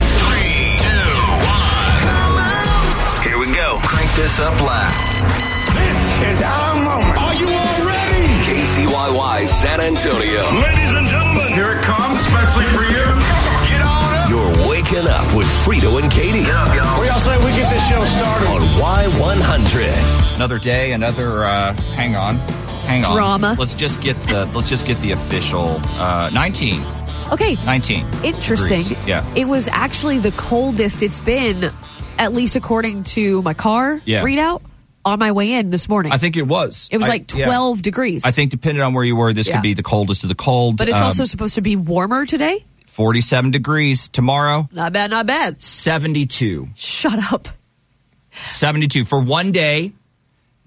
Three, two, one. Here we go. Crank this up loud. This is our moment. Are you all ready? KCYY San Antonio. Ladies and gentlemen, here it comes, especially for you. Get on up. You're waking up with Frito and Katie. What y'all say we get this show started? On Y100. another day another uh, hang on hang on Drama. let's just get the let's just get the official uh, 19 Okay. 19 Interesting. degrees. yeah It was actually the coldest it's been, at least according to my car Yeah. readout, on my way in this morning. i think it was it was I- like yeah. 12 degrees. i think depending on where you were this Yeah. could be the coldest of the cold But it's Um, also supposed to be warmer today. 47 degrees tomorrow Not bad, not bad. 72 Shut up. 72 for one day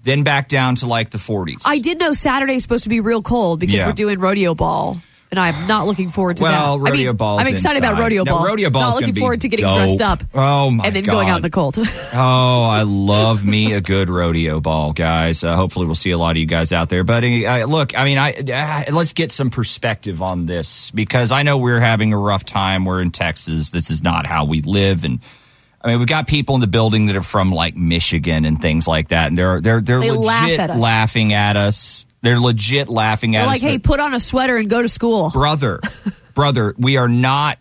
then back down to like the 40s I did know Saturday's supposed to be real cold because Yeah. we're doing rodeo ball. And I'm not looking forward to that. well, I mean, rodeo balls. I'm excited about inside. rodeo No, ball. rodeo ball's Not gonna looking be forward to getting dope. dressed up. Oh my And then going out in God. the cold. Oh, I love me a good rodeo ball, guys. Uh, hopefully, we'll see a lot of you guys out there. But uh, look, I mean, I uh, let's get some perspective on this because I know we're having a rough time. We're in Texas. This is not how we live, and I mean, we've got people in the building that are from like Michigan and things like that, and they're they're they're They legit laugh at us. laughing at us. They're legit laughing at They're us. like, for- hey, put on a sweater and go to school. brother, brother, we are not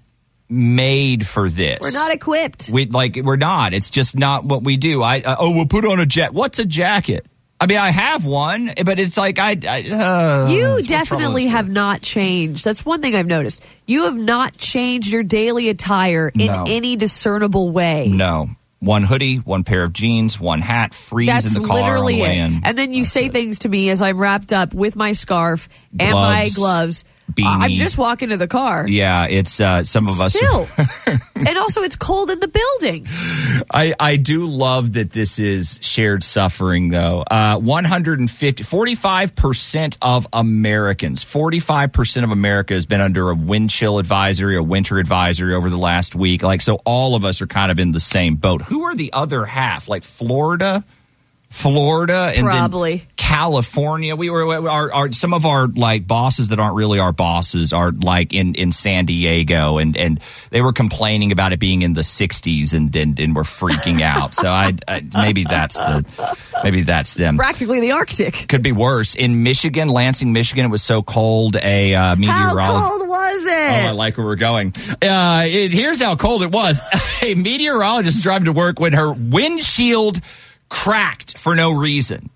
made for this. We're not equipped. We like we're not. It's just not what we do. I uh, oh, we'll put on a jet. What's a jacket? I mean, I have one, but it's like I. I uh, You that's what trouble definitely is with. have not changed. That's one thing I've noticed. You have not changed your daily attire in No. any discernible way. No, one hoodie, one pair of jeans, one hat. Freeze That's in the car on literally the it. way in. And then you say things to me as I'm wrapped up with my scarf and my gloves. Gloves, I- I'm beanie. just walking to the car. yeah, it's uh, some of us. Still. and also, it's cold in the building. I, I do love that this is shared suffering, though. Uh, 150, 45% of Americans, 45% of America has been under a wind chill advisory, a winter advisory over the last week. Like, so all of us are kind of in the same boat. Who are the other half? Like Florida? Florida and then Probably. California. We were we- our, our some of our like bosses that aren't really our bosses are like in, in San Diego and, and they were complaining about it being in the 60s and and, and were freaking out. So I, I maybe that's the maybe that's them. Practically the Arctic. Could be worse in Michigan, Lansing, Michigan. It was so cold. A uh, How meteorologist. cold was Oh, I it? like where we're going. Uh, it, here's how cold it was. a meteorologist driving to work when her windshield cracked for no reason.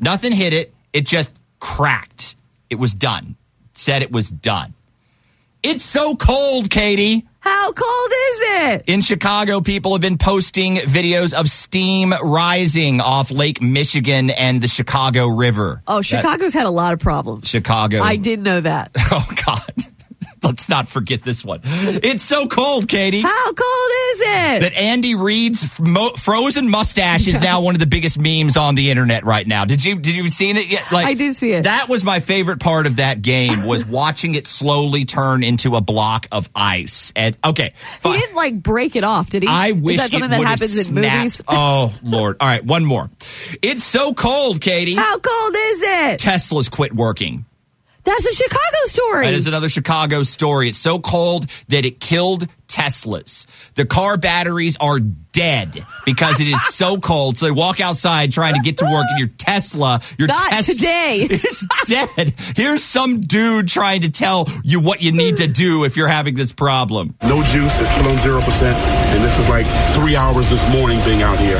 Nothing hit it, it just cracked. It was done. Said it was done. It's so cold, Katie. How cold is it? In Chicago, people have been posting videos of steam rising off Lake Michigan and the Chicago River. Oh, Chicago's had a lot of problems. Chicago. I did know that. Oh, God. Let's not forget this one. It's so cold, Katie. How cold is it? that Andy Reid's mo- frozen mustache is now one of the biggest memes on the internet right now. Did you did you seen it yet? Like I did see it. That was my favorite part of that game was watching it slowly turn into a block of ice. And okay, He fine. didn't like break it off, did he? I wish Is that something it that would've happens in snapped. movies? Oh lord! All right, one more. It's so cold, Katie. How cold is it? Tesla's quit working. That's a Chicago story. That is another Chicago story. It's so cold that it killed Teslas. The car batteries are dead because it is so cold. So they walk outside trying to get to work, and your Tesla, your Not Tesla today. is dead. Here's some dude trying to tell you what you need to do if you're having this problem. No juice, it's still on 0%. And this is like three hours this morning being out here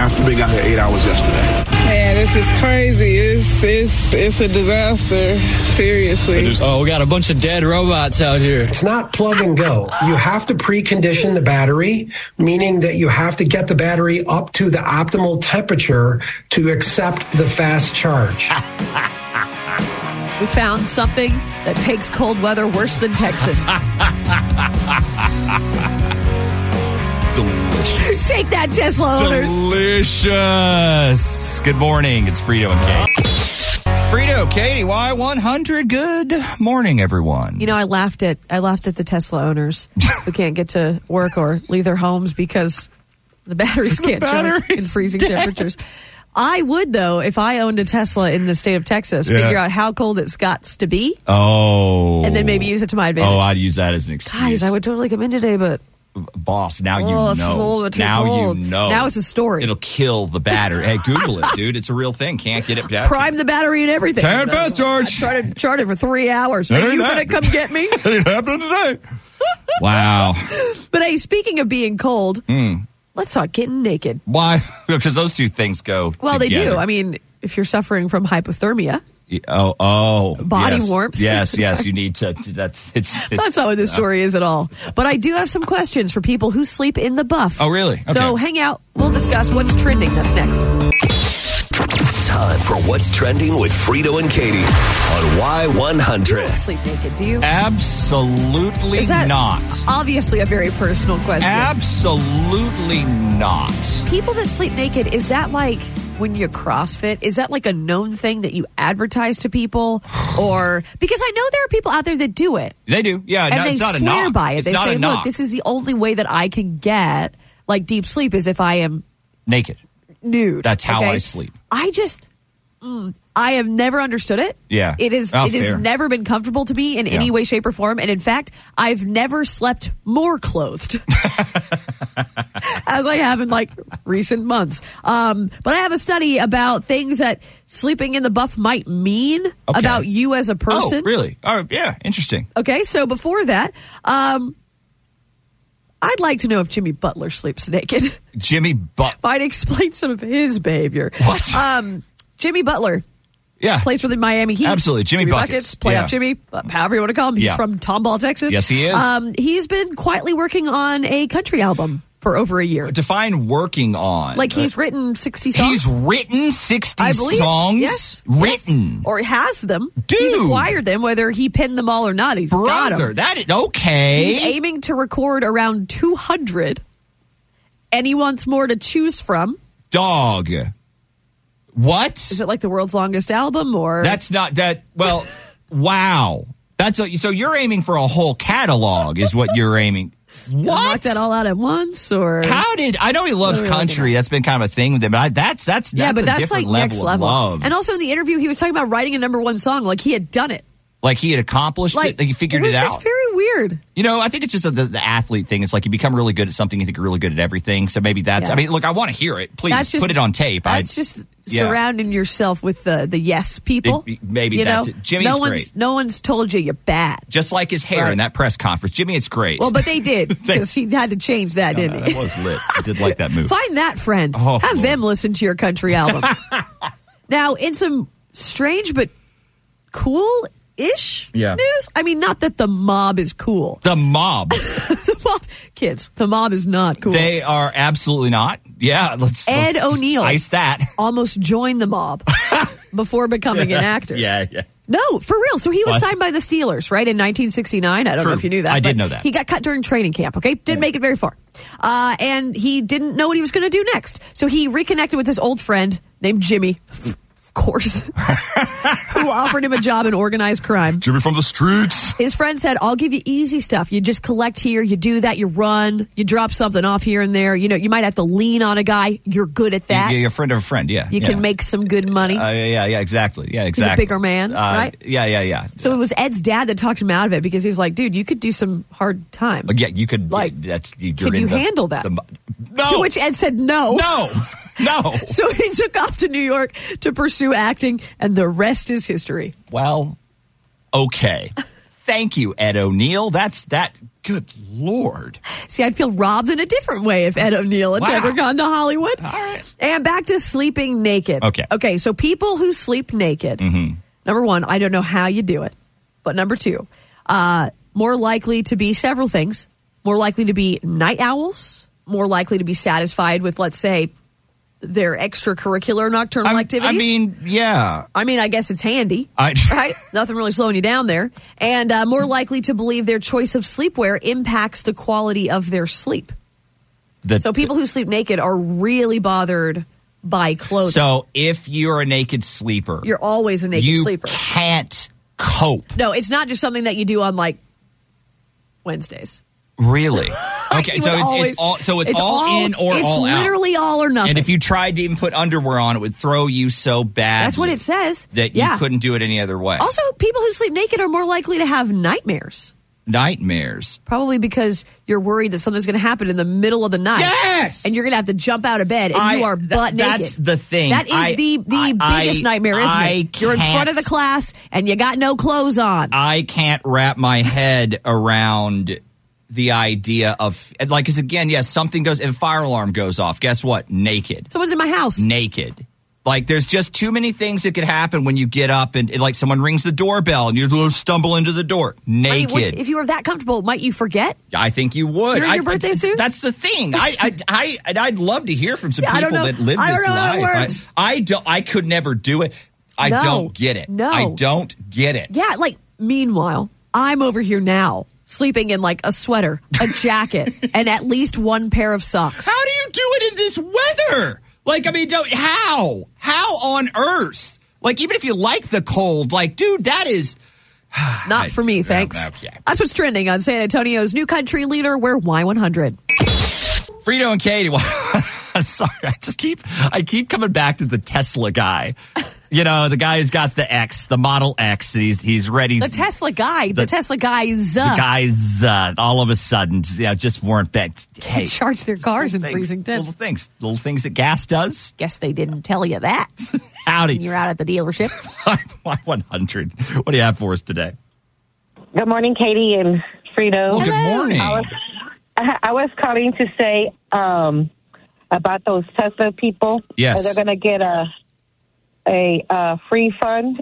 after being out here eight hours yesterday. Yeah, this is crazy. It's it's it's a disaster. Seriously. Oh, we got a bunch of dead robots out here. It's not plug and go. You have to precondition the battery, meaning that you have to get the battery up to the optimal temperature to accept the fast charge. we found something that takes cold weather worse than Texans. Delicious. Take that, Tesla owners. Delicious. Good morning. It's Frito and Katie. Frito, Katie, Y100. Good morning, everyone. You know, I laughed at I laughed at the Tesla owners who can't get to work or leave their homes because the batteries The can't charge in battery's freezing dead. temperatures. I would though if I owned a Tesla in the state of Texas, Yeah. figure out how cold it's got to be, Oh. and then maybe use it to my advantage. Oh, I'd use that as an excuse. Guys, I would totally come in today, but Boss, now you Oh, it's a little know. bit too Now cold. you know. Now it's a story. It'll kill the battery. hey, Google it, dude. It's a real thing. Can't get it. prime the battery and everything. Turn fast charge. I tried to charge it for three hours. That Are ain't you that. going to come get me? it happened today. Wow. Hmm. But hey, speaking of being cold, let's not getting naked. Why? Because those two things go. Well, they do. together. I mean, if you're suffering from hypothermia, Y- Oh, oh, Body yes. warmth. Yes, yes. You need to. That's it's. it's that's not what this story is at all. But I do have some questions for people who sleep in the buff. Oh, really? So hang out. We'll discuss what's trending. That's next. Time for what's trending with Frito and Katie on Y100. Sleep naked? Do you? Absolutely Is that not. Obviously, a very personal question. Absolutely not. people that sleep naked is that like when you're crossfit is that like a known thing that you advertise to people or because i know there are people out there that do it They do. Yeah, and no, they it's not a swear knock. by it It's they not say a look knock. this is the only way that i can get like deep sleep is if i am naked. nude That's how okay? I sleep. i just mm, I have never understood it. Yeah. it is. Oh, it has fair. never been comfortable to me in Yeah. any way, shape, or form. And in fact, I've never slept more clothed as I have in like recent months. Um, but I have a study about things that sleeping in the buff might mean Okay. about you as a person. Oh, really? Oh, yeah. Interesting. Okay, so before that, um, I'd like to know if Jimmy Butler sleeps naked. Jimmy But Might explain some of his behavior. What? Um, Jimmy Butler. Yeah. Plays for the Miami Heat. Absolutely. Jimmy Buckets. Playoff Yeah. Jimmy, uh, however you want to call him. He's Yeah. from Tomball, Texas. Yes, he is. Um, he's been quietly working on a country album for over a year. Define working on. Like he's Uh, written 60 songs. He's written 60 I believe. songs? Yes. Written. Or has them. Dude. He's acquired them, whether he penned them all or not. He's got 'em. Brother, that is okay. He's aiming to record around 200, and he wants more to choose from. Dog. What? Is it like the world's longest album, or That's not that. Well, wow. That's a, so you're aiming for a whole catalog, is what you're aiming. unlock What? that all out at once, or How did I know he loves What are we looking country? That's been kind of a thing with him. But I, that's that's yeah, that's but a that's different like level next of level. love. And also in the interview, he was talking about writing a number one song, like he had done it. like he had accomplished Like it. Like he figured it, it, was out. Just very weird. You know, I think it's just a, the, the athlete thing. It's like you become really good at something, you think you're really good at everything. So maybe that's. Yeah. I mean, look, I want to hear it. Please That's just- put it on tape. That's I, just yeah. surrounding yourself with the the yes people. It- maybe you that's know? it. Jimmy's no great. one's no one's told you you're bad. Just like his hair Right. in that press conference, Jimmy. It's great. Well, but they did because Thanks. he had to change that, No, didn't no, he? that was lit. I did like that move. Find that friend. Oh, Have Lord. them listen to your country album. now, in some strange but cool ish Yeah. news, I mean, not that the mob is cool. The mob. the mob, kids, the mob is not cool. They are absolutely not. Yeah, let's. Ed let's just O'Neill. Ice that. almost joined the mob before becoming an actor. Yeah, yeah. No, for real. So he was What? signed by the Steelers, right, in 1969. I don't True. know if you knew that. I but did know that. He got cut during training camp, okay? Didn't make it very far. Uh, and he didn't know what he was going to do next. So he reconnected with his old friend named Jimmy, of course, who offered him a job in organized crime. Jimmy from the streets. His friend said, I'll give you easy stuff. You just collect here, you do that, you run, you drop something off here and there. You know, you might have to lean on a guy. You're good at that. Yeah, a friend of a friend. Yeah, you yeah. can make some good money. Uh, yeah, yeah, yeah, exactly. Yeah, exactly. Uh, bigger man, right? Yeah, yeah, yeah. So it was Ed's dad that talked him out of it because he was like, dude, you could do some hard time. Like, yeah, you could. Like, yeah, that's you. could in you the- handle that? the mo- no, To which Ed said no. no, no. So he took off to New York to pursue acting, and the rest is history. well, okay. Thank you, Ed O'Neill. That's that. Good lord. See, I'd feel robbed in a different way if Ed O'Neill had Wow. never gone to Hollywood. All right. And back to sleeping naked. Okay. Mm-hmm. Okay, so people who sleep naked, number one, I don't know how you do it. But number two, uh, more likely to be several things. More likely to be night owls, more likely to be satisfied with, let's say, their extracurricular nocturnal I'm- activities. I mean, yeah. I mean, I guess it's handy, I- right? Nothing really slowing you down there, and uh, more likely to believe their choice of sleepwear impacts the quality of their sleep. The- so people who sleep naked are really bothered by clothing. So if you're a naked sleeper, Oh, You're always a naked you sleeper. can't cope. No, it's not just something that you do on like Wednesdays. Really? Okay, You so would it's, always- it's all so it's, all, in or it's all out. literally all or nothing. And if you tried to even put underwear on, it would throw you so bad. That's what it says. That Yeah. Oh, you couldn't do it any other way. also, people who sleep naked are more likely to have nightmares. Nightmares. Probably because you're worried that something's going to happen in the middle of the night. Yes! And you're going to have to jump out of bed and I- you are th- butt naked. that's the thing. That is I- the, the I- biggest I- nightmare, isn't I it? You're in front of the can't- class and you got no clothes on. I can't wrap my head around the idea of and like because again, yes, something goes and fire alarm goes off. Guess what? Naked. Someone's in my house. naked. Like there's just too many things that could happen when you get up and, and, like someone rings the doorbell and you stumble into the door I mean, naked. I, what- if you were that comfortable, might you forget? think you would. You're in I- your birthday suit? That's the thing. I I I and I'd love to hear from some Yeah, I people don't know. that live I this don't know how it life. I- works. I, don't. I could never do it. I No. don't get it. No. I don't get it. Yeah, like meanwhile, I'm over here now sleeping in like a sweater, a jacket, and at least one pair of socks. How do you do it in this weather? Like, I mean, don't how? How on earth? Like, even if you like the cold, like, dude, that is Not for me, thanks. okay. That's what's trending on San Antonio's new country leader. We're Y100. Frito and Katie. Sorry, I just keep I keep coming back to the Tesla guy. You know, the guy who's got the X, the Model X, and he's he's ready. The Tesla guy, the, The- Tesla guys, uh, the guys uh, all of a sudden, you know, just weren't bet. Hey, charge their cars in things- freezing temps. little things, little things that gas does. Guess they didn't tell you that. when Howdy, You're out at the dealership. my one hundred. What do you have for us today? Good morning, Katie and Frito. Well, good morning. I was, I was calling to say um, about those Tesla people. Yes. They're going to get a a uh, free fund.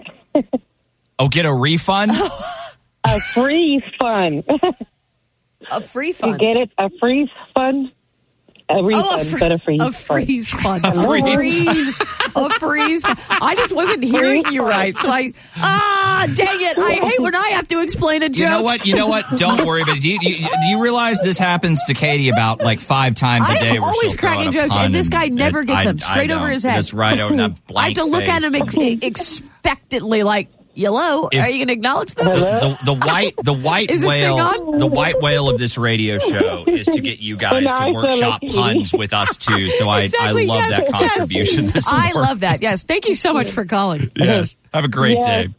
Oh, get a refund. A free fund. A free you fund. get it? A free fund. A refund, Oh, but a free a fund. freeze fund. A freeze. freeze. A freeze. I just wasn't hearing you right. So I, ah, dang it. I hate when I have to explain a joke. You know what? You know what? Don't worry about it. Do you, you, do you realize this happens to Katie about like five times a I'm day? where always she'll throw cracking out a jokes, pun and this guy never gets them. Straight over know. his head. Just right over that blank I have to look at face. him ex- expectantly, like, hello, If- are you going to acknowledge that? The, the white, the white Is this thing whale, on? the white whale of this radio show is to get you guys And I to feel workshop like- puns with us too. So I, Exactly, I love yes, that yes. contribution. This I morning. love that. Yes. Thank you so much for calling. Yes. Have a great Yes. day.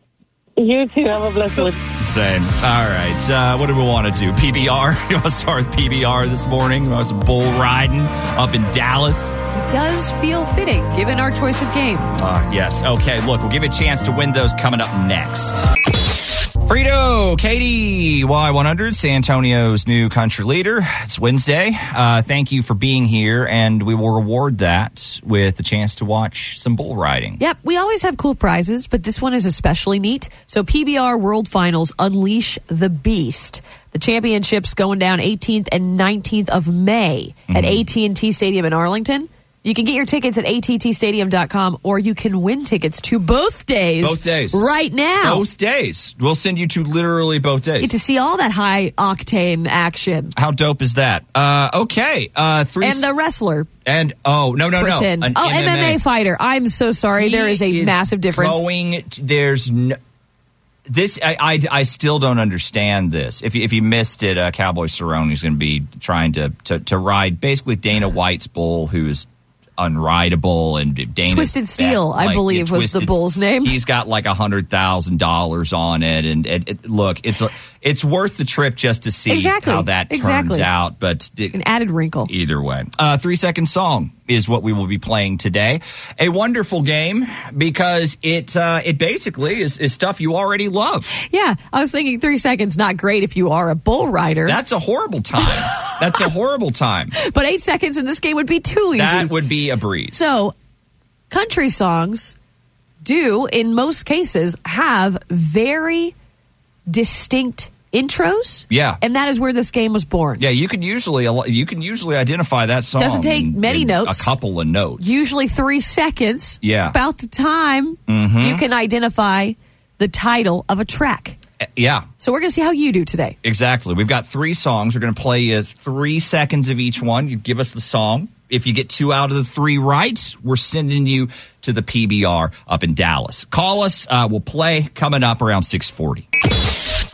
You too. Have a blessed one. Same. All right. Uh, what do we want to do? PBR. You want to start with PBR this morning? I was bull riding up in Dallas. It does feel fitting given our choice of game. Ah, yes. Okay, look, we'll give you a chance to win those coming up next. Frito, Katie, Y100, San Antonio's new country leader. It's Wednesday. Uh, thank you for being here, and we will reward that with a chance to watch some bull riding. Yep, we always have cool prizes, but this one is especially neat. So PBR World Finals Unleash the Beast. The championships going down 18th and 19th of May at Mm-hmm. AT&T Stadium in Arlington. You can get your tickets at attstadium.com or you can win tickets to both days. Both days. Right now. Both days. We'll send you to literally both days. Get to see all that high octane action. How dope is that? Uh, okay. Uh, three And the wrestler and- oh, no, no, pretend. no. An oh, MMA. fighter. I'm so sorry. there is a He massive difference. Going, t- there's no, this. I, I I still don't understand this. If you, if you missed it, uh, Cowboy Cerrone's going to be trying to, to to ride basically Dana White's bull, who's unrideable, and Dana Twisted Steel, I believe, was the bull's name. He's got like a hundred thousand dollars on it, and, and it, look, it's a, it's worth the trip just to see Exactly. how that turns Exactly. out. But it, An added wrinkle. Either way, uh, three second song is what we will be playing today. A wonderful game because it uh, it basically is, is stuff you already love. Yeah, I was thinking three seconds, not great if you are a bull rider, That's a horrible time. That's a horrible time. but eight seconds in this game would be too easy. That would be a breeze. so, country songs do, in most cases, have very distinct intros. Yeah. And that is where this game was born. yeah, you can usually you can usually identify that song. Doesn't take in- many in notes. A couple of notes. Usually three seconds. Yeah. Hmm? About the time you can identify the title of a track. Mm-hmm. yeah, So we're going to see how you do today. Exactly. We've got three songs. We're going to play you three seconds of each one. You give us the song. If you get two out of the three right, we're sending you to the PBR up in Dallas. Call us. Uh, we'll play coming up around 640.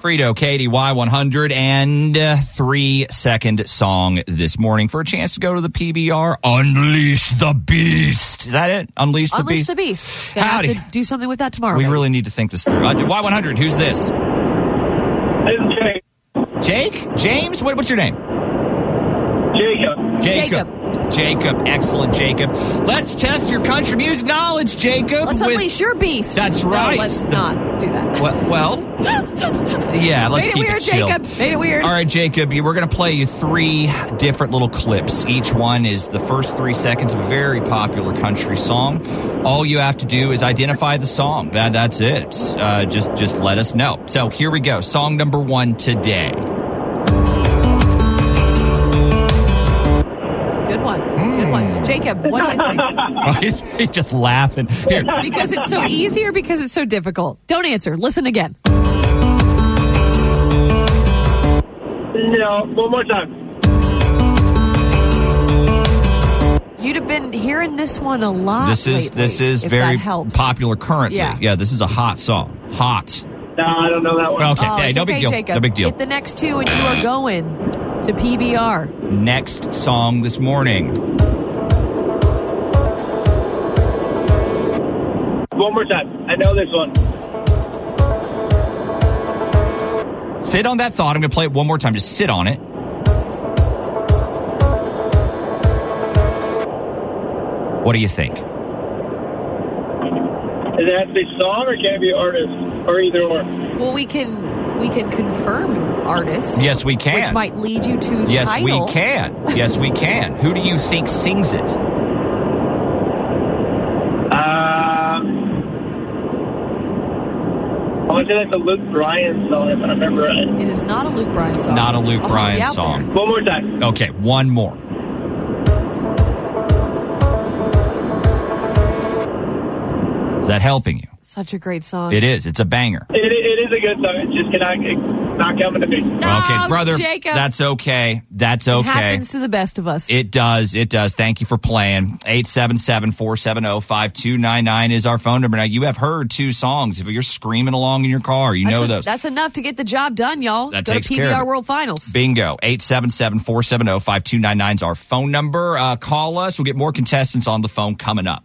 Credo, Katie, Y100, and uh, three second song this morning for a chance to go to the PBR. Unleash the Beast. Is that it? Unleash the Unleash Beast. the beast. Gonna Howdy. Have to do something with that tomorrow. We baby. really need to think this through. Uh, Y100, who's this? Jake. Jake? James? What, what's your name? Jacob. Jacob. Jacob. Excellent, Jacob. Let's test your country music knowledge, Jacob. Let's with- unleash your beast. That's No, right. let's not do that. Well, well, yeah, let's Made it keep weird, it chill. Jacob. Made it weird. All right, Jacob, you, we're going to play you three different little clips. Each one is the first three seconds of a very popular country song. All you have to do is identify the song. That, that's it. Uh, just, just let us know. So here we go. Song number one today. Good one. Good Hmm. one. Jacob, what do you think? He's just laughing. Here. because it's so easy or because it's so difficult? Don't answer. Listen again. No, one more time. You'd have been hearing this one a lot. This is lately, this is if very that helps. popular currently. Yeah. this is a hot song. Hot. No, I don't know that one. Okay, Oh, hey, it's no okay, big deal. Jacob. No big deal. Get the next two, and you are going to PBR. Next song this morning. One more time. I know this one. Sit on that thought. I'm going to play it one more time. Just sit on it. What do you think? Does it have to be song or can it be artist or either or? Well, we can we can confirm artist. Yes, we can. Which might lead you to Yes, title. we can. Yes, we can. Who do you think sings it? Uh, I want to say that's a Luke Bryan song if I remember right. It is not a Luke Bryan song. Oh, Not a Luke I'll help Bryan you out song. One more time. Okay, one more. Is that helping you? there. Such a great song. It is. It's a banger. It, it is a good song. It's just cannot, it's not coming to me. Okay, Oh, brother. Jacob. That's okay. That's It okay. happens to the best of us. It does. It does. Thank you for playing. 877-470-5299 is our phone number. Now, you have heard two songs. If you're screaming along in your car, you that's know en- those. That's enough to get the job done, y'all. That Go takes to PBR care of it. World Finals. Bingo. oh, 877-470-5299 is our phone number. Uh, call us. We'll get more contestants on the phone coming up.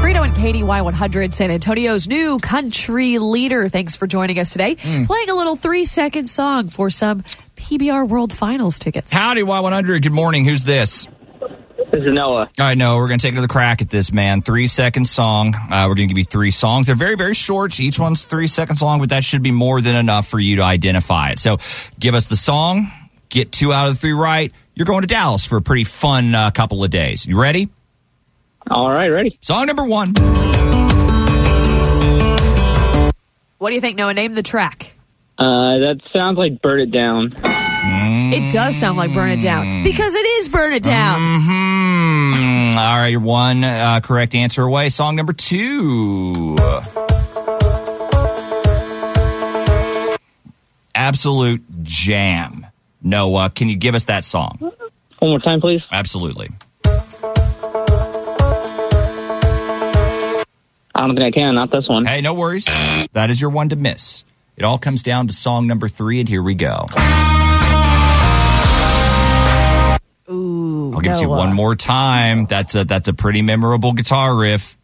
Frito and Katie Y100, San Antonio's new country leader. Thanks for joining us today. Hmm. Playing a little three second song for some PBR World Finals tickets. Howdy, Y100. Good morning. Who's this? This is Noah. All right, no, we're going to take another crack at this, man. Three second song. Uh, we're going to give you three songs. They're very, very short. Each one's three seconds long, but that should be more than enough for you to identify it. So give us the song, get two out of the three right. You're going to Dallas for a pretty fun uh, couple of days. You ready? All right, ready. Song number one. What do you think, Noah? Name the track. Uh, that sounds like Burn It Down. It does sound like Burn It Hmm. Down because it is Burn It Down. Mm, all right, you're one uh, correct answer away. Song number two. Absolute jam. Noah, can you give us that song? One more time, please. Absolutely. I don't think I can. Not this one. Hey, no worries. That is your one to miss. It all comes down to song number three, and here we go. Ooh, I'll give it to you Noah. one more time. That's a that's a pretty memorable guitar riff.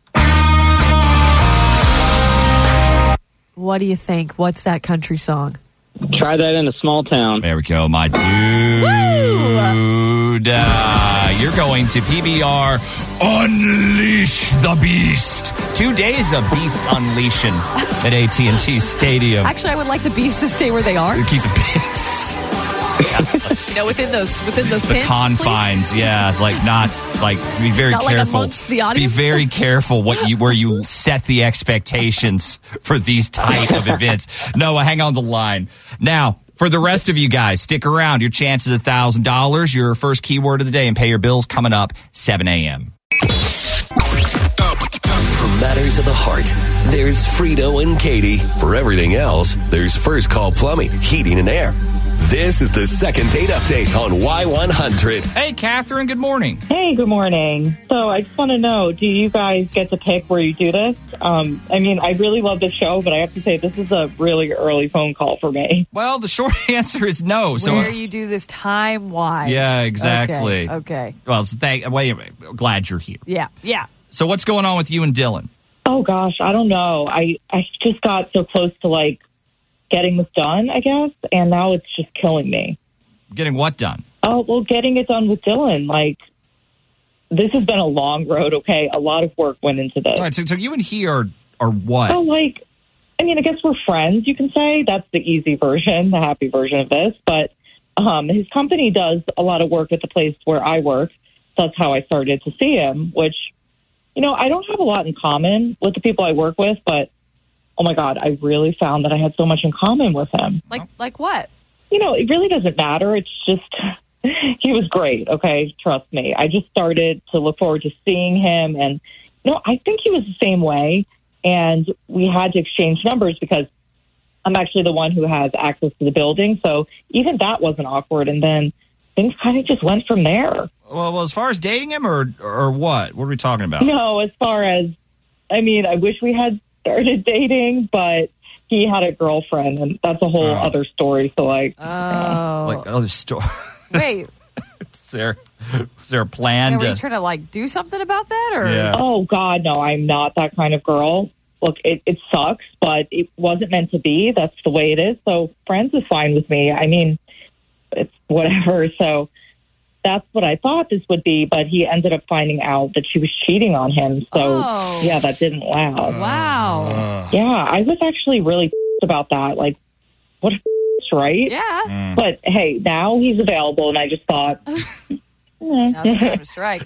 What do you think? What's that country song? Try that in a small town. There we go, my dude. Uh, you're going to PBR Unleash the Beast. Two days of beast unleashing at AT&T Stadium. Actually, I would like the beasts to stay where they are. Keep the beasts. You know, within those within those the pins, confines. Yeah, like not like be very Not like careful. amongst the audience? Be very careful what you where you set the expectations for these type of events. Noah, hang on the line now. For the rest of you guys, stick around. Your chance is thousand dollars. Your first keyword of the day and pay your bills coming up seven a.m. For matters of the heart, there's Frito and Katie. For everything else, there's First Call Plumbing, Heating, and Air. This is the second date update on Y100. Hey, Catherine, good morning. Hey, good morning. So I just want to know, do you guys get to pick where you do this? Um, I mean, I really love the show, but I have to say this is a really early phone call for me. Well, the short answer is no. So Where you do this time wise. Yeah, exactly. Okay. okay. Well, so thank. Wait a minute. Glad you're here. Yeah. Yeah. So what's going on with you and Dylan? Oh gosh, I don't know. I I just got so close to like getting this done, I guess, and now it's just killing me. Getting what done? Oh well, getting it done with Dylan, like this has been a long road. Okay, a lot of work went into this. All right. So, so you and he are are what? So like, I mean, I guess we're friends. You can say that's the easy version, the happy version of this. But um, his company does a lot of work at the place where I work. So that's how I started to see him. Which, you know, I don't have a lot in common with the people I work with, but oh my god, I really found that I had so much in common with him. Like like what? You know, it really doesn't matter. It's just he was great. Okay, trust me. I just started to look forward to seeing him, and you know, I think he was the same way. And we had to exchange numbers because I'm actually the one who has access to the building, so even that wasn't awkward. And then things kind of just went from there. Well, well, as far as dating him or or what? What are we talking about? No, as far as I mean, I wish we had started dating, but he had a girlfriend, and that's a whole Oh. other story. So like, Oh. Like other story. Wait. is there is there a plan Are to? we trying to like do something about that or? Yeah. Oh God, no! I'm not that kind of girl. Look, it, it sucks, but it wasn't meant to be. That's the way it is. So friends is fine with me. I mean, it's whatever. So that's what I thought this would be, but he ended up finding out that she was cheating on him. So Oh. yeah, that didn't last. Wow. Yeah, I was actually really about that. Like, what, a right? Yeah. Oh, But hey, now he's available, and I just thought, Now's the time to strike.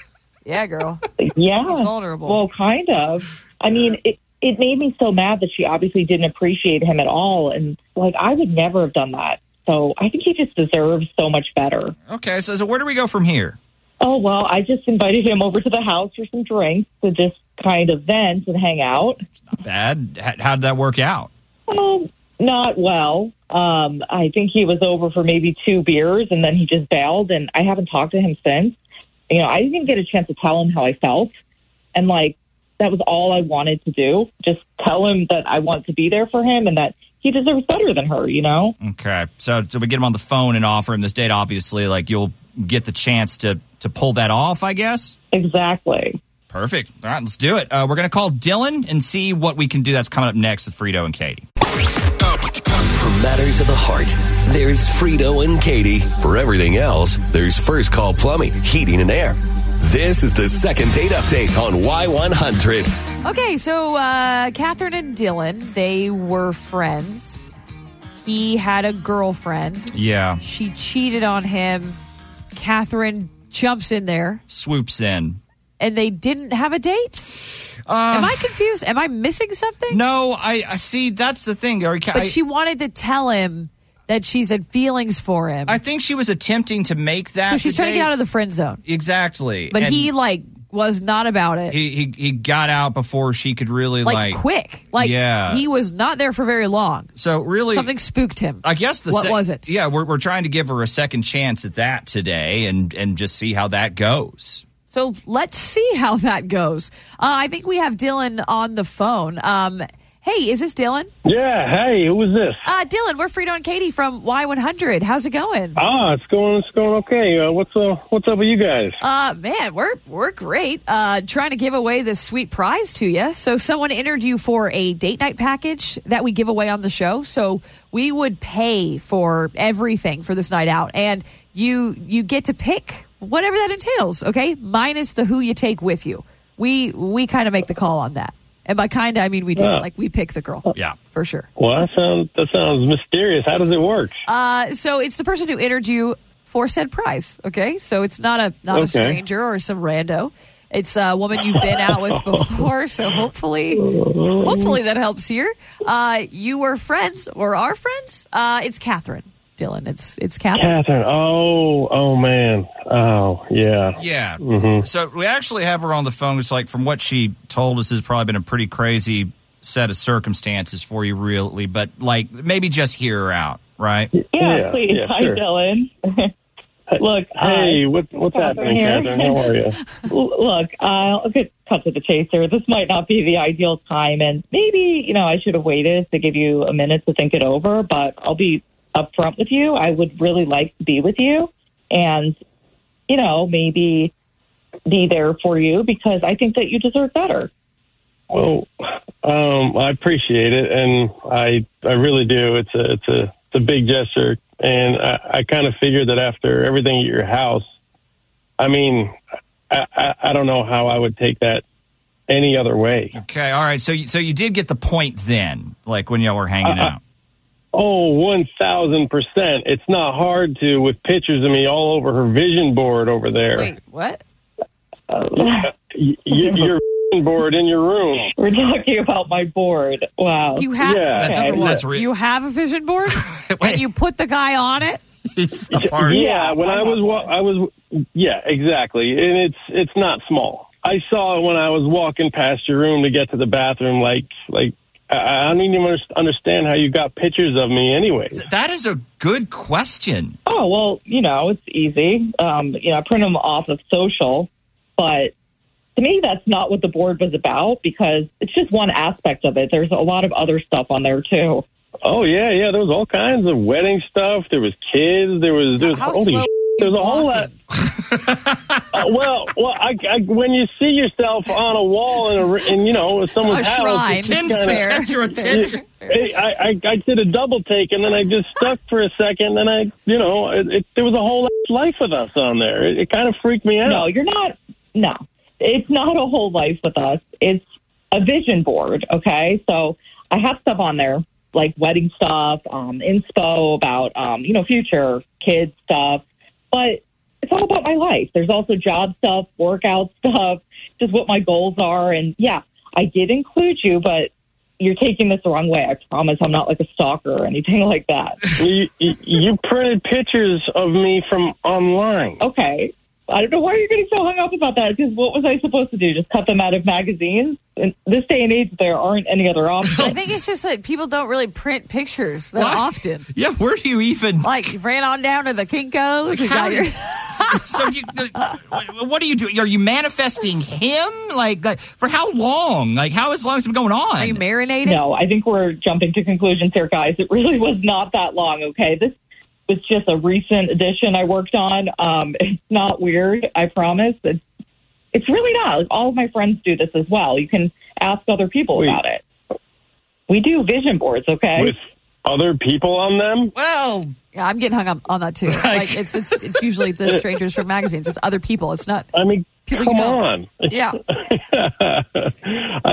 yeah, girl. Yeah. He's vulnerable. Well, kind of. I mean, it, it made me so mad that she obviously didn't appreciate him at all. And, like, I would never have done that. So I think he just deserves so much better. Okay, so, so where do we go from here? Oh, well, I just invited him over to the house for some drinks to just kind of vent and hang out. Bad. How, how did that work out? Oh, not well. Um, I think he was over for maybe two beers and then he just bailed and I haven't talked to him since. You know, I didn't even get a chance to tell him how I felt. And like that was all I wanted to do. Just tell him that I want to be there for him and that he deserves better than her, you know? Okay, so so we get him on the phone and offer him this date. Obviously, like you'll get the chance to to pull that off. I guess. Exactly. Perfect. All right, let's do it. Uh, we're going to call Dylan and see what we can do. That's coming up next with Frito and Katie. For matters of the heart, there's Frito and Katie. For everything else, there's First Call Plumbing, Heating, and Air. This is the second date update on Y100. Okay, so uh, Catherine and Dylan, they were friends. He had a girlfriend. Yeah. She cheated on him. Catherine jumps in there, Swoops in. and they didn't have a date. Uh, Am I confused? Am I missing something? No, I, I see. That's the thing. Or ca- But I, she wanted to tell him that she's had feelings for him. I think she was attempting to make that. so she's the trying to date. get out of the friend zone. Exactly. But And he like was not about it. he, he he got out before she could really like, like, quick. Like Yeah. he was not there for very long. So really, Something spooked him. I guess the What sec- was it? Yeah, we're we're trying to give her a second chance at that today, and and just see how that goes. So let's see how that goes. Uh, I think we have Dylan on the phone. Um, hey, is this Dylan? Yeah, hey, who is this? Uh, Dylan, we're Frito and Katie from Y100. How's it going? Ah, it's going, it's going okay. Uh, what's uh, what's up with you guys? Uh, man, we're we're great. Uh, trying to give away this sweet prize to you. So someone entered you for a date night package that we give away on the show. So we would pay for everything for this night out, and you you get to pick whatever that entails. Okay, minus the who you take with you. We we kind of make the call on that, and by kind I mean we do. Yeah. Like we pick the girl. Yeah, for sure. Well, that sounds that sounds mysterious. How does it work? Uh, so it's the person who entered you for said prize. Okay, so it's not a not Okay. a stranger or some rando. It's a woman you've been out with before. So hopefully, hopefully that helps here. Uh, you were friends or are friends. Uh, it's Catherine. Dylan. It's it's Catherine. Catherine. Oh, oh man. Oh, yeah. Yeah. Mm-hmm. Mhm. So we actually have her on the phone. It's like from what she told us, has probably been a pretty crazy set of circumstances for you, really. But like maybe just hear her out, right? Yeah, please. Hi, sure. Dylan. Look. Hey, uh, what, what's happening, here. Catherine? How are you? Look, I'll get cut to the chaser. This might not be the ideal time, and maybe you know I should have waited to give you a minute to think it over. But I'll be upfront with you. I would really like to be with you, and you know maybe be there for you because I think that you deserve better. Well, um, I appreciate it, and I I really do. It's a it's a it's a big gesture, and I, I kind of figured that after everything at your house, I mean, I, I I don't know how I would take that any other way. Okay. All right. So you, so you did get the point then, like when y'all were hanging Uh, uh, out. Oh, one thousand percent. It's not hard to with pictures of me all over her vision board over there. What? Uh, y- y- your vision board in your room. We're talking about my board. Wow. You have Uh, Yeah. okay. That- that's re- you have a vision board and you put the guy on it. Yeah, when I was wa- I was yeah, exactly. And it's it's not small. I saw it when I was walking past your room to get to the bathroom like like I I don't even under- understand how you got pictures of me anyway. That is a good question. Oh well, you know it's easy. Um, you know, I print them off of social, but to me, that's not what the board was about because it's just one aspect of it. There's a lot of other stuff on there too. Oh yeah, yeah, there was all kinds of wedding stuff. There was kids, there was there was How holy slow shit, there's a whole lot Uh, well, well, I, I, when you see yourself on a wall in a, r- in you know someone's A house, shrine. it's just Tends to kinda- catch your attention. Hey, I, I, I did a double take and then I just stuck for a second. Then I, you know, it, it, there was a whole life with us on there. It, it kind of freaked me out. No, you're not. No, it's not a whole life with us. It's a vision board. Okay, so I have stuff on there like wedding stuff, um, inspo about um, you know future kids stuff, but it's all about my life. There's also job stuff, workout stuff, just what my goals are, and yeah, I did include you, but. You're taking this the wrong way. I promise I'm not like a stalker or anything like that. You, you, you printed pictures of me from online. Okay. I don't know why you're getting so hung up about that because what was I supposed to do? Just cut them out of magazines? In this day and age, there aren't any other I options. think it's just that people don't really print pictures that Why? often. Yeah, where do you even Like you ran on down to the Kinkos. and how got your- do- so you, what are you doing? Are you manifesting him? Like, like, for how long? Like how as long has it been going on? Are you marinating? No, I think we're jumping to conclusions here, guys. It really was not that long, okay? This was just a recent addition I worked on. Um, it's not weird, I promise. It's, it's really not. Like, all of my friends do this as well. You can ask other people about it. We do vision boards, okay? With other people on them? Well, yeah, I'm getting hung up on that too. Like, it's it's it's usually the strangers from magazines. It's other people. It's not. I mean, people come you know. on. Yeah, I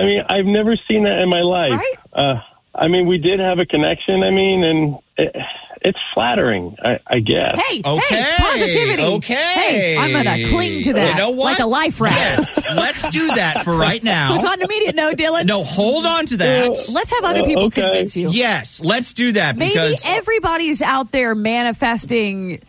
mean, I've never seen that in my life. Uh, I mean, we did have a connection. I mean, and it, it's flattering, I, I guess. Hey, hey, positivity. Hey, I'm gonna cling to that. Like a life raft. Let's do that for right now. So it's on immediate no, Dylan. No, hold on to that. Let's have Uh, Oh, other people convince you. Yes, let's do that Maybe because everybody's out there manifesting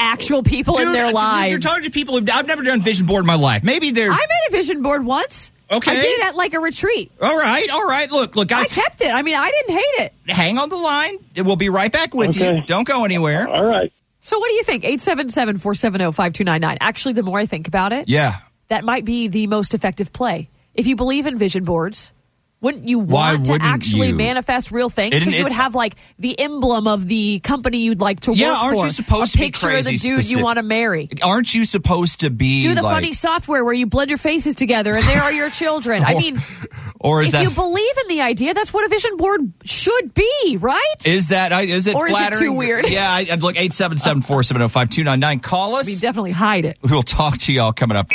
actual people in Dude, their you're- lives. You're talking to people who've I've never done vision board in my life. Maybe there's I made a vision board once. Okay. I did it at like a retreat. All right, all right. Look, look, I guys, kept it. I mean, I didn't hate it. hang on the line. We'll be right back with you. Don't go anywhere. All right. So what do you think? 877-470-5299. Actually, the more I think about it, Yeah. that might be the most effective play. If you believe in vision boards, wouldn't you Why want wouldn't to actually you? manifest real things? Isn't so you it- would have like the emblem of the company you'd like to Yeah, work aren't for. you supposed a to be picture of the crazy dude specific? you want to marry? Aren't you supposed to be Do the like- funny software where you blend your faces together and there are your children. I Or- mean, or is if that you believe in the idea, that's what a vision board should be, right? Is that I- is it Or is it too flattering? weird? Yeah, I, I'd look eight seven seven four seven zero five two nine nine. Call us. We definitely hide it. We will talk to y'all coming up.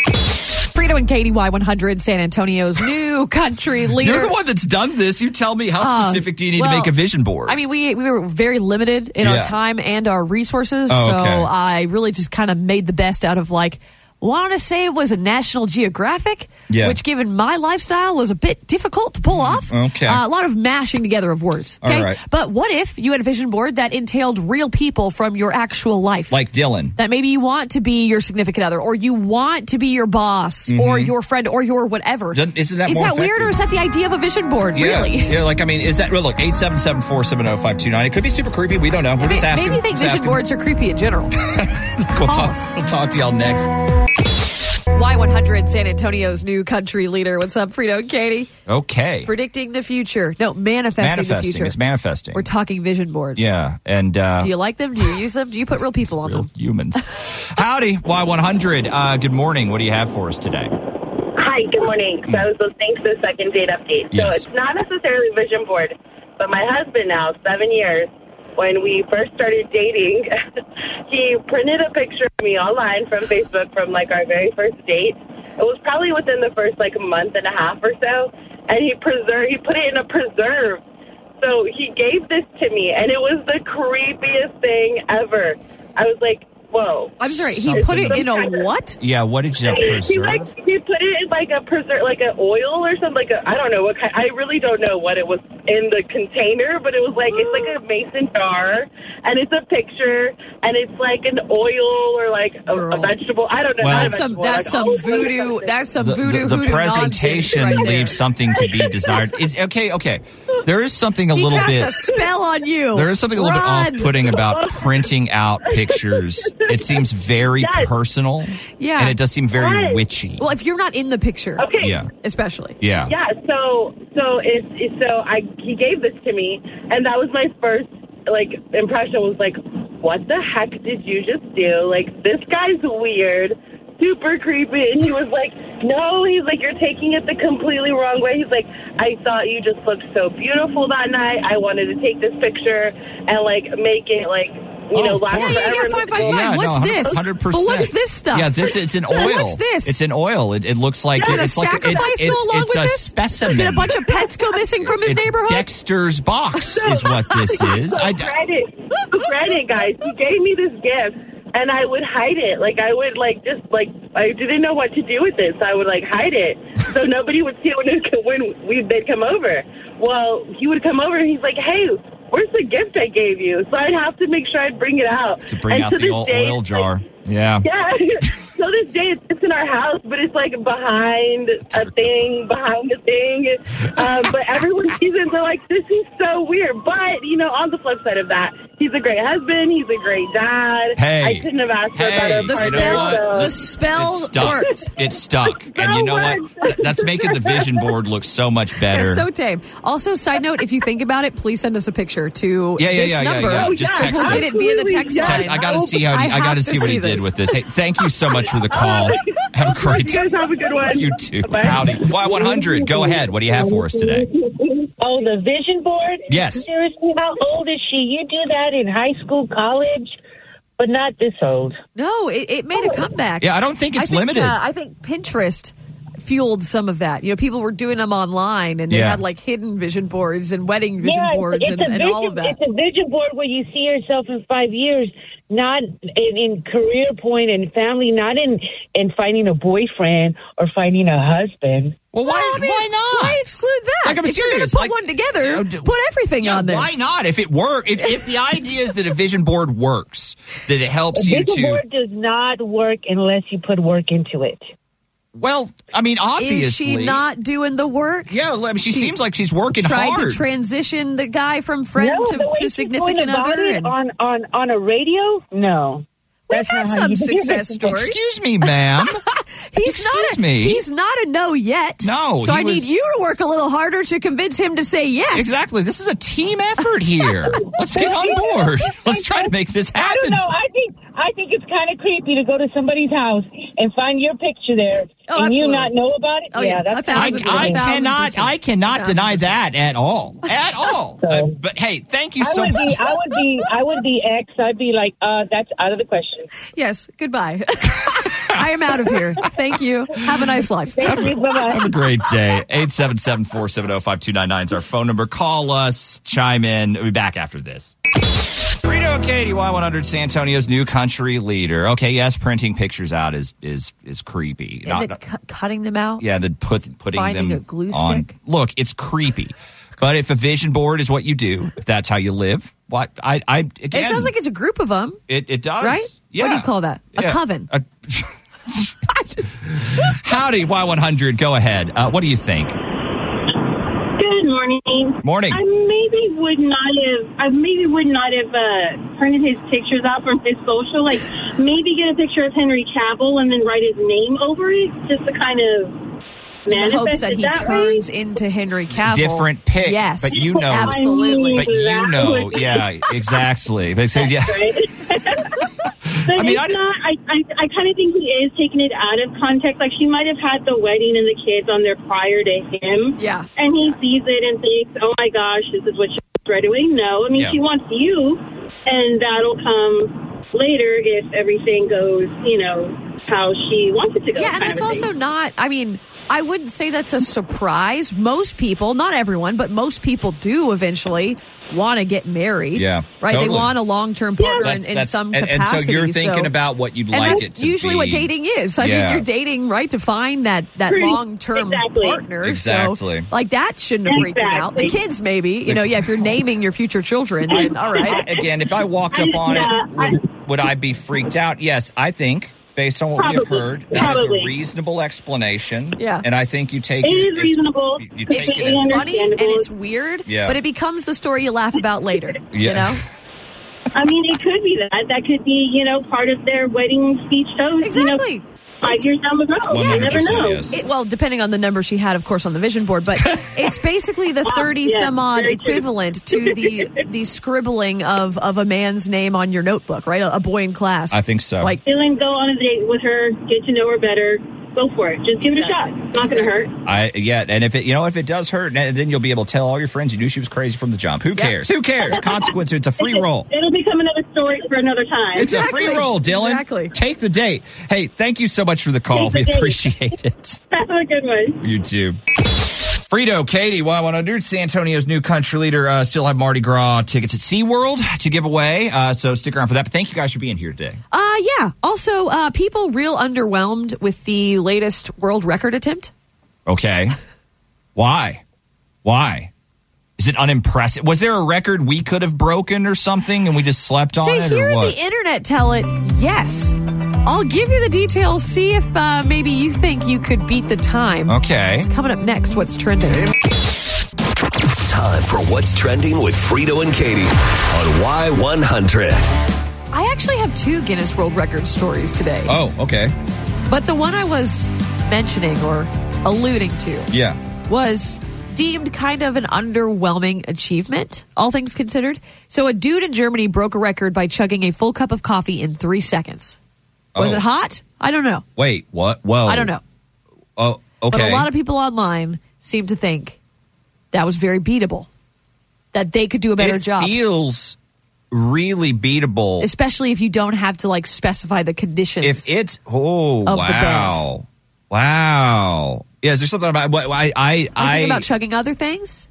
Frito and Katie Y100, San Antonio's new country leader. You're the one that's done this. You tell me how Uh, specific do you need to well, make a vision board? I mean, we we were very limited in our Yeah. time and our resources, Oh, so okay. I really just kind of made the best out of like want to say it was a National Geographic, Yeah. Mm, which given my lifestyle was a bit difficult to pull off. Okay. Uh, a lot of mashing together of words. All Okay. right. But what if you had a vision board that entailed real people from your actual life? Like Dylan. that maybe you want to be your significant other or you want to be your boss or Mhm. your friend or your whatever. Doesn't- isn't that Is more that weird effective? or is that the idea of a vision board? Yeah, Really? yeah. Like I mean, is that real? Look, eight seven seven four seven zero five two nine. It could be super creepy. We don't know. We're just May- asking. Maybe you think Just vision asking. boards are creepy in general. We'll talk. We'll talk to y'all next. Y100, San Antonio's new country leader. What's up, Frito and Katie? Okay. Predicting the future. No, manifesting, the manifesting. future. It's manifesting. We're talking vision boards. yeah, and uh, Do you like them? Do you use them? Do you put real people on them? humans. Howdy, Y one hundred. Uh, good morning. What do you have for us today? Hi, good morning. So I was listening to the second date update. Yes. So it's not necessarily vision board, but my husband now, seven years, when we first started dating, he printed a picture of me online from Facebook from like our very first date. It was probably within the first like month and a half or so, and he preserved. He put it in a preserve. So he gave this to me, and it was the creepiest thing ever. I was like, "Whoa!" I'm sorry. He put it in a what? Yeah. What did you He preserve? like he put it in like a preserve, like an oil or something. Like a, I don't know what kind. I really don't know what it was in the container, but it was like it's like a mason jar, and it's a picture, and it's like an oil or like a, a vegetable. I don't know. Well- not a That's some- vegetable, That's like some olive oil or voodoo. something. That's some the, voodoo the, the hoodoo presentation nonsense right there. leaves something to be desired. It's, okay, okay. There is something a He little cast bit. a spell on you. There is something a little bit off-putting about printing out pictures. It seems very Yes. personal. Yeah. and it does seem very witchy. Well, if you're not in the picture, Okay. Yeah. especially. Yeah. Yeah. So so it's it's- so I he gave this to me, and that was my first like impression was like, what the heck did you just do? Like this guy's weird. Super creepy, and he was like, "No, he's like, you're taking it the completely wrong way." He's like, "I thought you just looked so beautiful that night. I wanted to take this picture and like make it like, you know, Oh, of last course. Yeah, yeah, forever." yeah, fine, fine, fine. Yeah, What's no, this? 100%. But what's this stuff? Yeah, this it's an But oil. What's this? It's an oil. It, it looks like Did it- a it's like it's, sacrifice it's, go along it's with a this? specimen. Did a bunch of pets go missing from his it's neighborhood? Dexter's box is what this is. So I, credit, credit, guys. He gave me this gift, and I would hide it. Like I would like just like I didn't know what to do with it, so I would like hide it so nobody would see it when, it, when we they'd come over. Well, he would come over, and he's like, "Hey, where's the gift I gave you?" So I'd have to make sure I'd bring it out to bring And out to the this old day, oil it's jar. Yeah. yeah. so this day it sits in our house, but it's like behind a thing, behind a thing. Um, but everyone sees it and they're like, this is so weird. But, you know, on the flip side of that, he's a great husband. He's a great dad. Hey. I couldn't have asked for a better you know partner. what? so- It stuck. It stuck. and you know what? That's making the vision board look so much better. It's so tame. Also, side note: if you think about it, please send us a picture to Yeah, yeah, this yeah, yeah, number. Oh, yeah. Just because text we'll us. get it via the text line. Text, I got to see how I, got to see what he did with this. Hey, thank you so much for Oh the call. Have a great You guys have a good one. You too. Howdy. Why 100? Go ahead. What do you have for us today? Oh, the vision board? Yes. Seriously, how old is she? You do that in high school, college, but not this old. No, it, it made a comeback. Yeah, I don't think it's limited. uh, I think Pinterest fueled some of that. You know, people were doing them online, and they Yeah. had like hidden vision boards and wedding vision yeah, boards it's and, a and vision, all of that. It's a vision board where you see yourself in five years, not in, in career point and family, not in, in finding a boyfriend or finding a husband. Well, why, why not? Why exclude that? Like, I'm If you're gonna serious. put Like, one together, you know, put everything yeah, on there. Why not? If it work, if, if the idea is that a vision board works, that it helps you a vision to. board does not work unless you put work into it. Well, I mean, obviously, Is she not doing the work? Yeah, I mean, she, seems like she's working tried hard. to transition the guy from friend No, the to, way to she's going significant about other. it and- on, on, on a radio? No. That's had not how some you do it. success stories. Excuse me, ma'am. He's not a, Excuse me. He's not a no yet. No, So he I need was- you to work a little harder to convince him to say yes. Exactly. This is a team effort here. Let's get on board. Let's try to make this I don't happen. know. I think I think it's kind of creepy to go to somebody's house and find your picture there Oh, and you absolutely. not know about it. Oh, yeah, yeah. that's A thousand creepy. I cannot. I cannot deny that at all. At all. Uh, but hey, thank you I so would much. be. I would be. I would be ex. I'd be like, uh, that's out of the question. Yes. Goodbye. I am out of here. Thank you. Have a nice life. Thank you. Bye Have a great day. 877-470-5299 is our phone number. Call us. Chime in. We'll be back after this. Rito and Katie Y100, San Antonio's new country leader. Okay, yes, printing pictures out is is is creepy. And the cu- cutting them out. yeah, the put putting Finding them a glue on. stick? Look, it's creepy. But if a vision board is what you do, if that's how you live, what I I again, it sounds like it's a group of them, it, it does, right? Yeah. What do you call that? A Yeah. coven. A- Howdy, Y100. Go ahead. Uh, what do you think? Good morning. Morning. I maybe would not have. I maybe would not have uh, printed his pictures out from his social. Like maybe get a picture of Henry Cavill and then write his name over it, just to kind of in the manifest hopes that it he that way. turns into Henry Cavill. Different pick. Yes. But you know. Absolutely. But you know. Yeah, exactly. But so, yeah. But I mean, it's I- not. I I, I kind of think he is taking it out of context. Like she might have had the wedding and the kids on there prior to him. Yeah. And he sees it and thinks, "Oh my gosh, this is what she wants right away." No, I mean Yeah. she wants you, and that'll come later if everything goes, you know, how she wants it to go. Yeah, and kind that's of thing. also not. I mean, I wouldn't say that's a surprise. Most people, not everyone, but most people do eventually want to get married. Yeah, right. They totally. want a long-term partner in, in some and, capacity. and so you're thinking about what you'd and like that's it to usually what be. dating is. I Yeah. mean, you're dating right to find that that Right. long-term Exactly. partner. Exactly. So, like that shouldn't have freaked him out. The Exactly. kids, maybe. You know, yeah. If you're naming your future children, then all right. Again, if I walked up on Yeah, it, would, would I be freaked out? Yes, I think based on what we Probably. have heard, that is Probably. a reasonable explanation. Yeah. And I think you take It it is as- reasonable. you- you It's, take it it's as- funny and it's weird, Yeah. but it becomes the story you laugh about later. You Yeah. know. I mean, it could be that. That could be, you know, part of their wedding speech toast. Exactly. You know, five years down the road. Yeah, you never know. It- well, depending on the number she had, of course, on the vision board, but it's basically the thirty some odd equivalent to the the scribbling of of a man's name on your notebook, right? A, a boy in class. I think so. Like, Dylan, go on a date with her, get to know her better, go for it. Just give it a shot. It's not going to hurt. I yeah, and if it you know if it does hurt, then you'll be able to tell all your friends you knew she was crazy from the jump. Who cares? Who cares? Consequence. It's a free roll. It'll become another story for another time. It's a free roll, Dylan. Exactly. Take the date. Hey, thank you so much for the call. Take the We date. appreciate it. Have a good one. You too. Frito, Katie, Y100, San Antonio's new country leader. Uh, still have Mardi Gras tickets at SeaWorld to give away. Uh, so stick around for that. But thank you guys for being here today. uh, yeah. Also, uh, people real underwhelmed with the latest world record attempt. Okay. Why? Why? Is it unimpressive? Was there a record we could have broken or something and we just slept on to it hear or what? the internet tell it yes i'll give you the details see if uh, maybe you think you could beat the time Okay. it's coming up next what's trending Time for What's Trending with Frito and Katie on Y100. i actually have two guinness world record stories today oh, okay. but the one i was mentioning or alluding to Yeah. was deemed kind of an underwhelming achievement all things considered so a dude in germany broke a record by chugging a full cup of coffee in three seconds was Oh. it hot i don't know Wait, what? Well, i don't know Oh, okay. But a lot of people online seem to think that was very beatable, that they could do a better it job, feels really beatable. especially if you don't have to like specify the conditions. If it's oh of the wow, wow, yeah. Is there something about what I I Like, I think about chugging other things,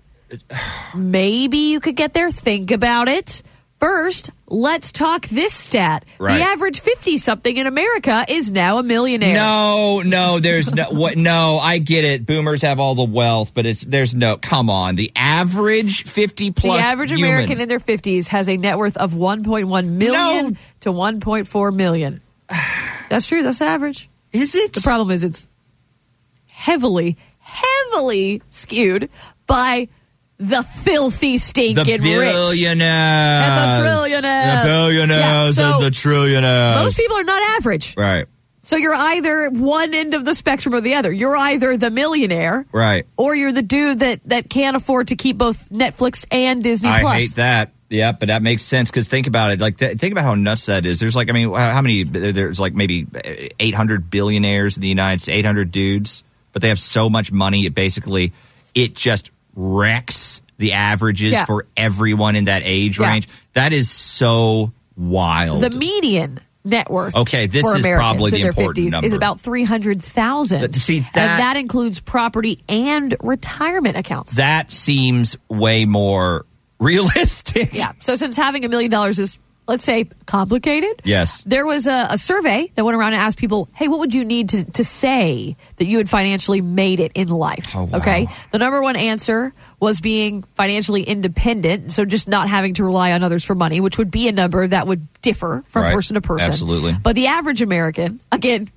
maybe you could get there. Think about it. First, let's talk this stat. Right. The average 50 something in America is now a millionaire. no no there's no what no I get it. Boomers have all the wealth, but it's there's no come on. The average fifty plus the average human. American in their 50s has a net worth of 1.1 million No. to 1.4 million. That's true. That's the average. Is it? The problem is it's heavily, heavily skewed by the filthy, the stinking rich. billionaires And the trillionaires. the billionaires, Yeah, so and the trillionaires. Most people are not average. right, So you're either one end of the spectrum or the other. You're either the millionaire right. or you're the dude that, that can't afford to keep both Netflix and Disney I Plus. hate that. Yeah, but that makes sense because think about it. Like, th- think about how nuts that is. There's like, I mean, how how many? There's like maybe 800 billionaires in the United States, 800 dudes, but they have so much money. It basically, it just wrecks the averages Yeah. for everyone in that age Yeah. range. That is so wild. The median net worth. Okay, this for is Americans probably in the their important 50s Is number. about three hundred thousand. But see, and that- that includes property and retirement accounts. that seems way more realistic. yeah. So since having a million dollars is let's say, complicated. Yes. There was a, a survey that went around and asked people, hey, what would you need to, to say that you had financially made it in life? Oh, Okay. The number one answer was being financially independent. So just not having to rely on others for money, which would be a number that would differ from Right. person to person. Absolutely. But the average American, again,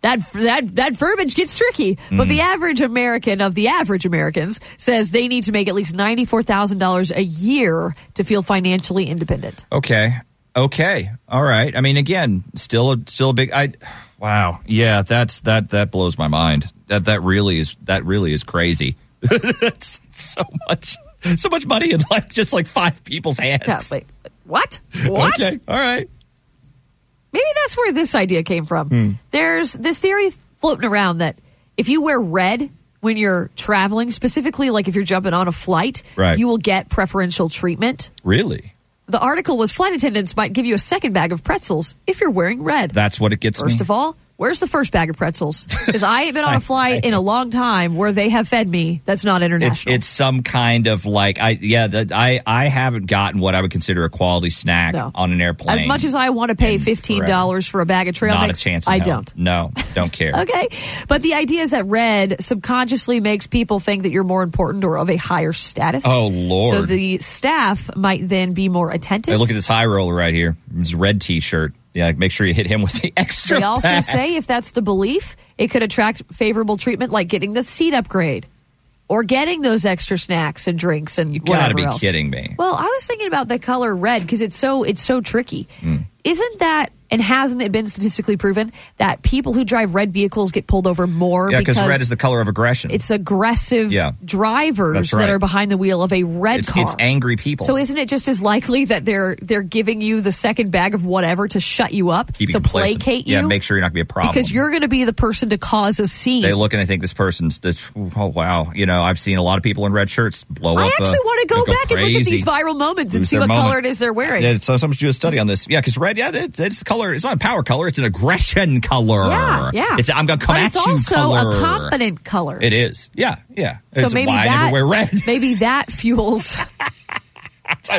that that that verbiage gets tricky. Mm. But the average American of the average Americans says they need to make at least ninety four thousand dollars a year to feel financially independent. Okay. Okay. All right. I mean, again, still a still a big. I wow. Yeah, that's that that blows my mind. That that really is that really is crazy. that's so much so much money in like just like five people's hands. Yeah, wait, what? What? Okay. All right. Maybe that's where this idea came from. Hmm. There's this theory floating around that if you wear red when you're traveling, specifically like if you're jumping on a flight, Right. you will get preferential treatment. Really? The article was flight attendants might give you a second bag of pretzels if you're wearing red. That's what it gets First me. of all, where's the first bag of pretzels? Because I ain't been on a flight in a long time where they have fed me. That's not it's international. it's some kind of like I yeah that I I haven't gotten what I would consider a quality snack No. on an airplane. as much as I want to pay fifteen dollars for a bag of trail not mix, a chance. in I hell. don't. No, don't care. Okay, but the idea is that red subconsciously makes people think that you're more important or of a higher status. Oh, Lord. So the staff might then be more Hey, attentive. look at this high roller right here. His red T-shirt. Yeah, make sure you hit him with the extra. They also pack. say if that's the belief, it could attract favorable treatment like getting the seat upgrade or getting those extra snacks and drinks and You gotta whatever be else. kidding me. Well, I was thinking about the color red because it's so it's so tricky. Hmm. Isn't that and hasn't it been statistically proven that people who drive red vehicles get pulled over more yeah, because because red is the color of aggression. it's aggressive Yeah. That's drivers right. that are behind the wheel of a red it's, car. it's angry people. So isn't it just as likely that they're they're giving you the second bag of whatever to shut you up Keep it to complacent. placate you? Yeah, make sure you're not gonna be a problem. because you're going to be the person to cause a scene. they look and they think this person's this. Oh wow, you know I've seen a lot of people in red shirts blow I up. actually uh, want to go they back and look at crazy. these viral moments and Lose see their what moment. color it is they're wearing. Yeah, so someone should do a study on this. Yeah, because red, yeah, it, it's a color. It's not a power color. It's an aggression color. yeah, yeah. It's I'm gonna come but at it's you also color. a confident color. It is. Yeah, yeah. So it's maybe why that I never wear red. maybe that fuels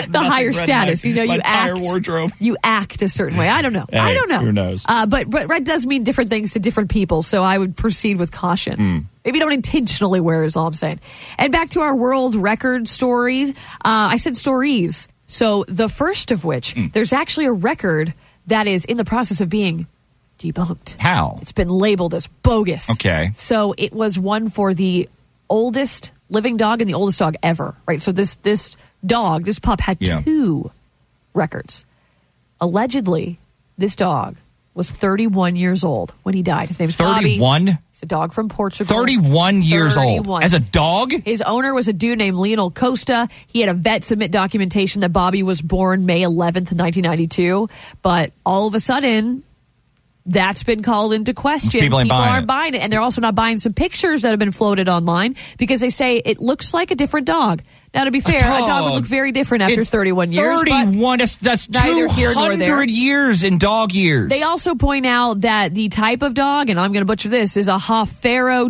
the higher red in status. my- you know, my you entire act wardrobe. You act a certain way. I don't know. I Hey, don't know. who knows? Uh, but but red does mean different things to different people. So I would proceed with caution. Hmm. Maybe don't intentionally wear is all I'm saying. And back to our world record stories. Uh, I said stories. So the first of which, Hmm. there's actually a record that is in the process of being debunked. How? It's been labeled as bogus. Okay. So it was one for the oldest living dog and the oldest dog ever, right? So this this dog, this pup had Yeah. two records. Allegedly, this dog was 31 years old when he died. His name's Bobby. 31? He's a dog from Portugal. 31 years old 31. as a dog. His owner was a dude named Lionel Costa. He had a vet submit documentation that Bobby was born May 11th, 1992. But all of a sudden, that's been called into question. People ain't buying aren't it. buying it. And they're also not buying some pictures that have been floated online because they say it looks like a different dog. Now, to be fair, a dog, would look very different after It's 31 years. but- 31. That's that's neither here nor 200 there. years in dog years. They also point out that the type of dog, and I'm going to butcher this, is a Hafero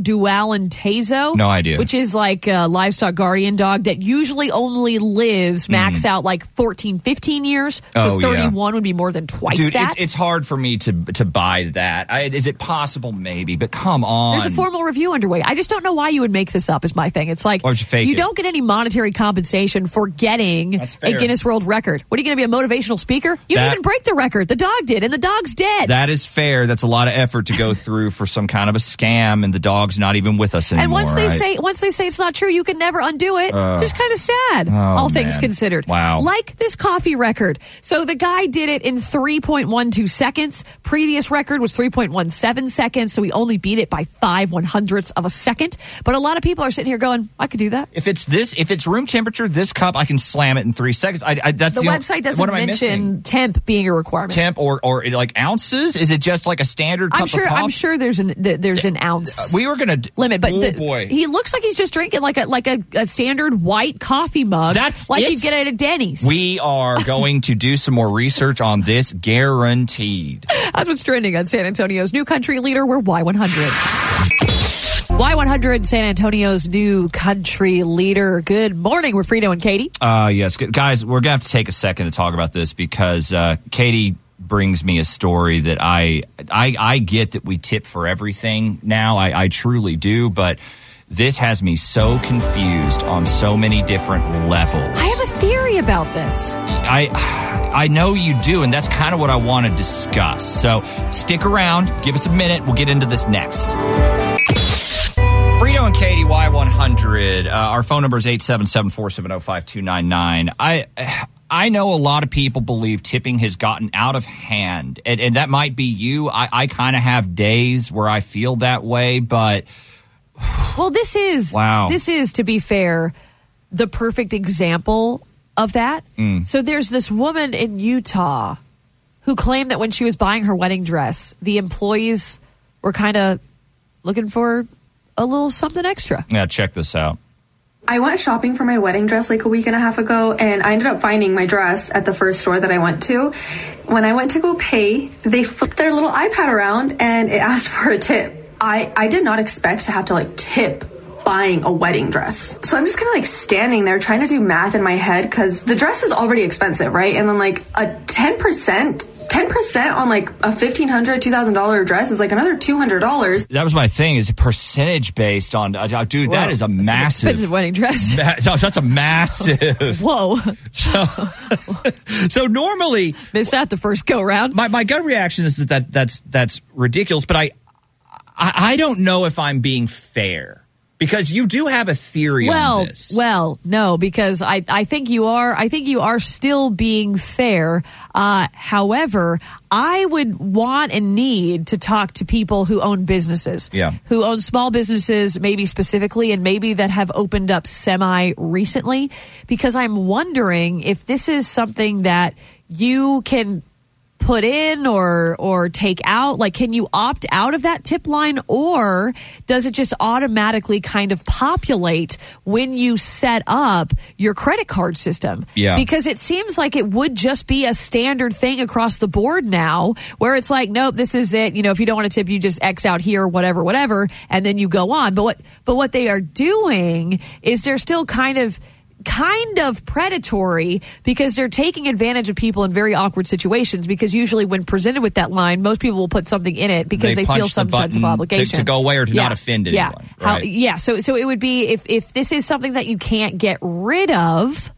Dualentezo. No idea. Which is like a livestock guardian dog that usually only lives max out like 14, 15 years. So Hmm. Oh, yeah. 31 would be more than twice Dude, that. it's, it's hard for me to to buy that. I, is it possible? Maybe, but come on. There's a formal review underway. I just don't know why you would make this up. Is my thing. It's like Why would you fake it? don't get any monetary compensation for getting a fair. Guinness World Record. What are you going to be a motivational speaker? You That- didn't even break the record. The dog did, and the dog's dead. that is fair. That's a lot of effort to go through for some kind of a scam, and the dog's not even with us anymore. And once they I- say once they say it's not true, you can never undo it. Ugh. Just kind of sad, Uh. Oh, all things man. considered. Wow. Like this coffee record. So the guy did it in 3.12 seconds. Previous record was 3.17 seconds, so he only beat it by five one hundredths of a second. But a lot of people are sitting here going, "I could do that." if it's this, if it's room temperature, this cup, I can slam it in three seconds. I, I, that's The the only- website what doesn't am I missing? mention temp being a requirement. temp or or like ounces. Is it just like a standard? Cup I'm sure. Of I'm coffee? sure there's an th- there's an ounce. We were gonna limit, but oh the- boy, he looks like he's just drinking like a like a, a standard white coffee mug. That's like it? you'd get at a Denny's. We are going to do some more research on this, guaranteed. That's what's trending on San Antonio's new country leader. We're Y100. Y100 San Antonio's new country leader. Good morning, we're Frito and Katie. Uh, yes, good. guys, we're gonna have to take a second to talk about this because uh, Katie brings me a story that I, I I get that we tip for everything now. I, I truly do, but this has me so confused on so many different levels. I have a theory about this. I. I know you do, and that's kind of what I want to discuss. So stick around, give us a minute, we'll get into this next. Frito and Katie, Y100. Uh, our phone number is 877 470 5299. I. I know a lot of people believe tipping has gotten out of hand, and, and that might be you. I, I kind of have days where I feel that way, but Well, this is Wow. This is, to be fair, the perfect example of that. Mm. So there's this woman in Utah who claimed that when she was buying her wedding dress, the employees were kind of looking for a little something extra. yeah, check this out. I went shopping for my wedding dress like a week and a half ago, and I ended up finding my dress at the first store that I went to. When I went to go pay, they flipped their little iPad around and it asked for a tip. I, I did not expect to have to like tip buying a wedding dress. So I'm just kind of like standing there trying to do math in my head because the dress is already expensive, right? And then like a 10%. 10% on like a $1,500, $2,000 dress is like another $200. That was my thing. Is a percentage based on, uh, dude? that Whoa. That's is a an massive expensive wedding dress. Ma- no, that's a massive. Whoa. So, so normally miss out the first go round. My my gut reaction is that that's that's ridiculous, but I I, I don't know if I'm being fair because you do have a theory on Well, this. well, no, because I, I think you are, I think you are still being fair. Uh, however, I would want and need to talk to people who own businesses, Yeah. who own small businesses, maybe specifically, and maybe that have opened up semi recently, because I'm wondering if this is something that you can put in or or take out like can you opt out of that tip line or does it just automatically kind of populate when you set up your credit card system Yeah. because it seems like it would just be a standard thing across the board now where it's like nope this is it you know if you don't want to tip you just x out here whatever whatever and then you go on but what but what they are doing is they're still kind of kind of predatory because they're taking advantage of people in very awkward situations because usually when presented with that line most people will put something in it because They they, punch feel the some sense button of to- obligation to go away or to not offend yeah. anyone, How- right? yeah so so it would be if if this is something that you can't get rid of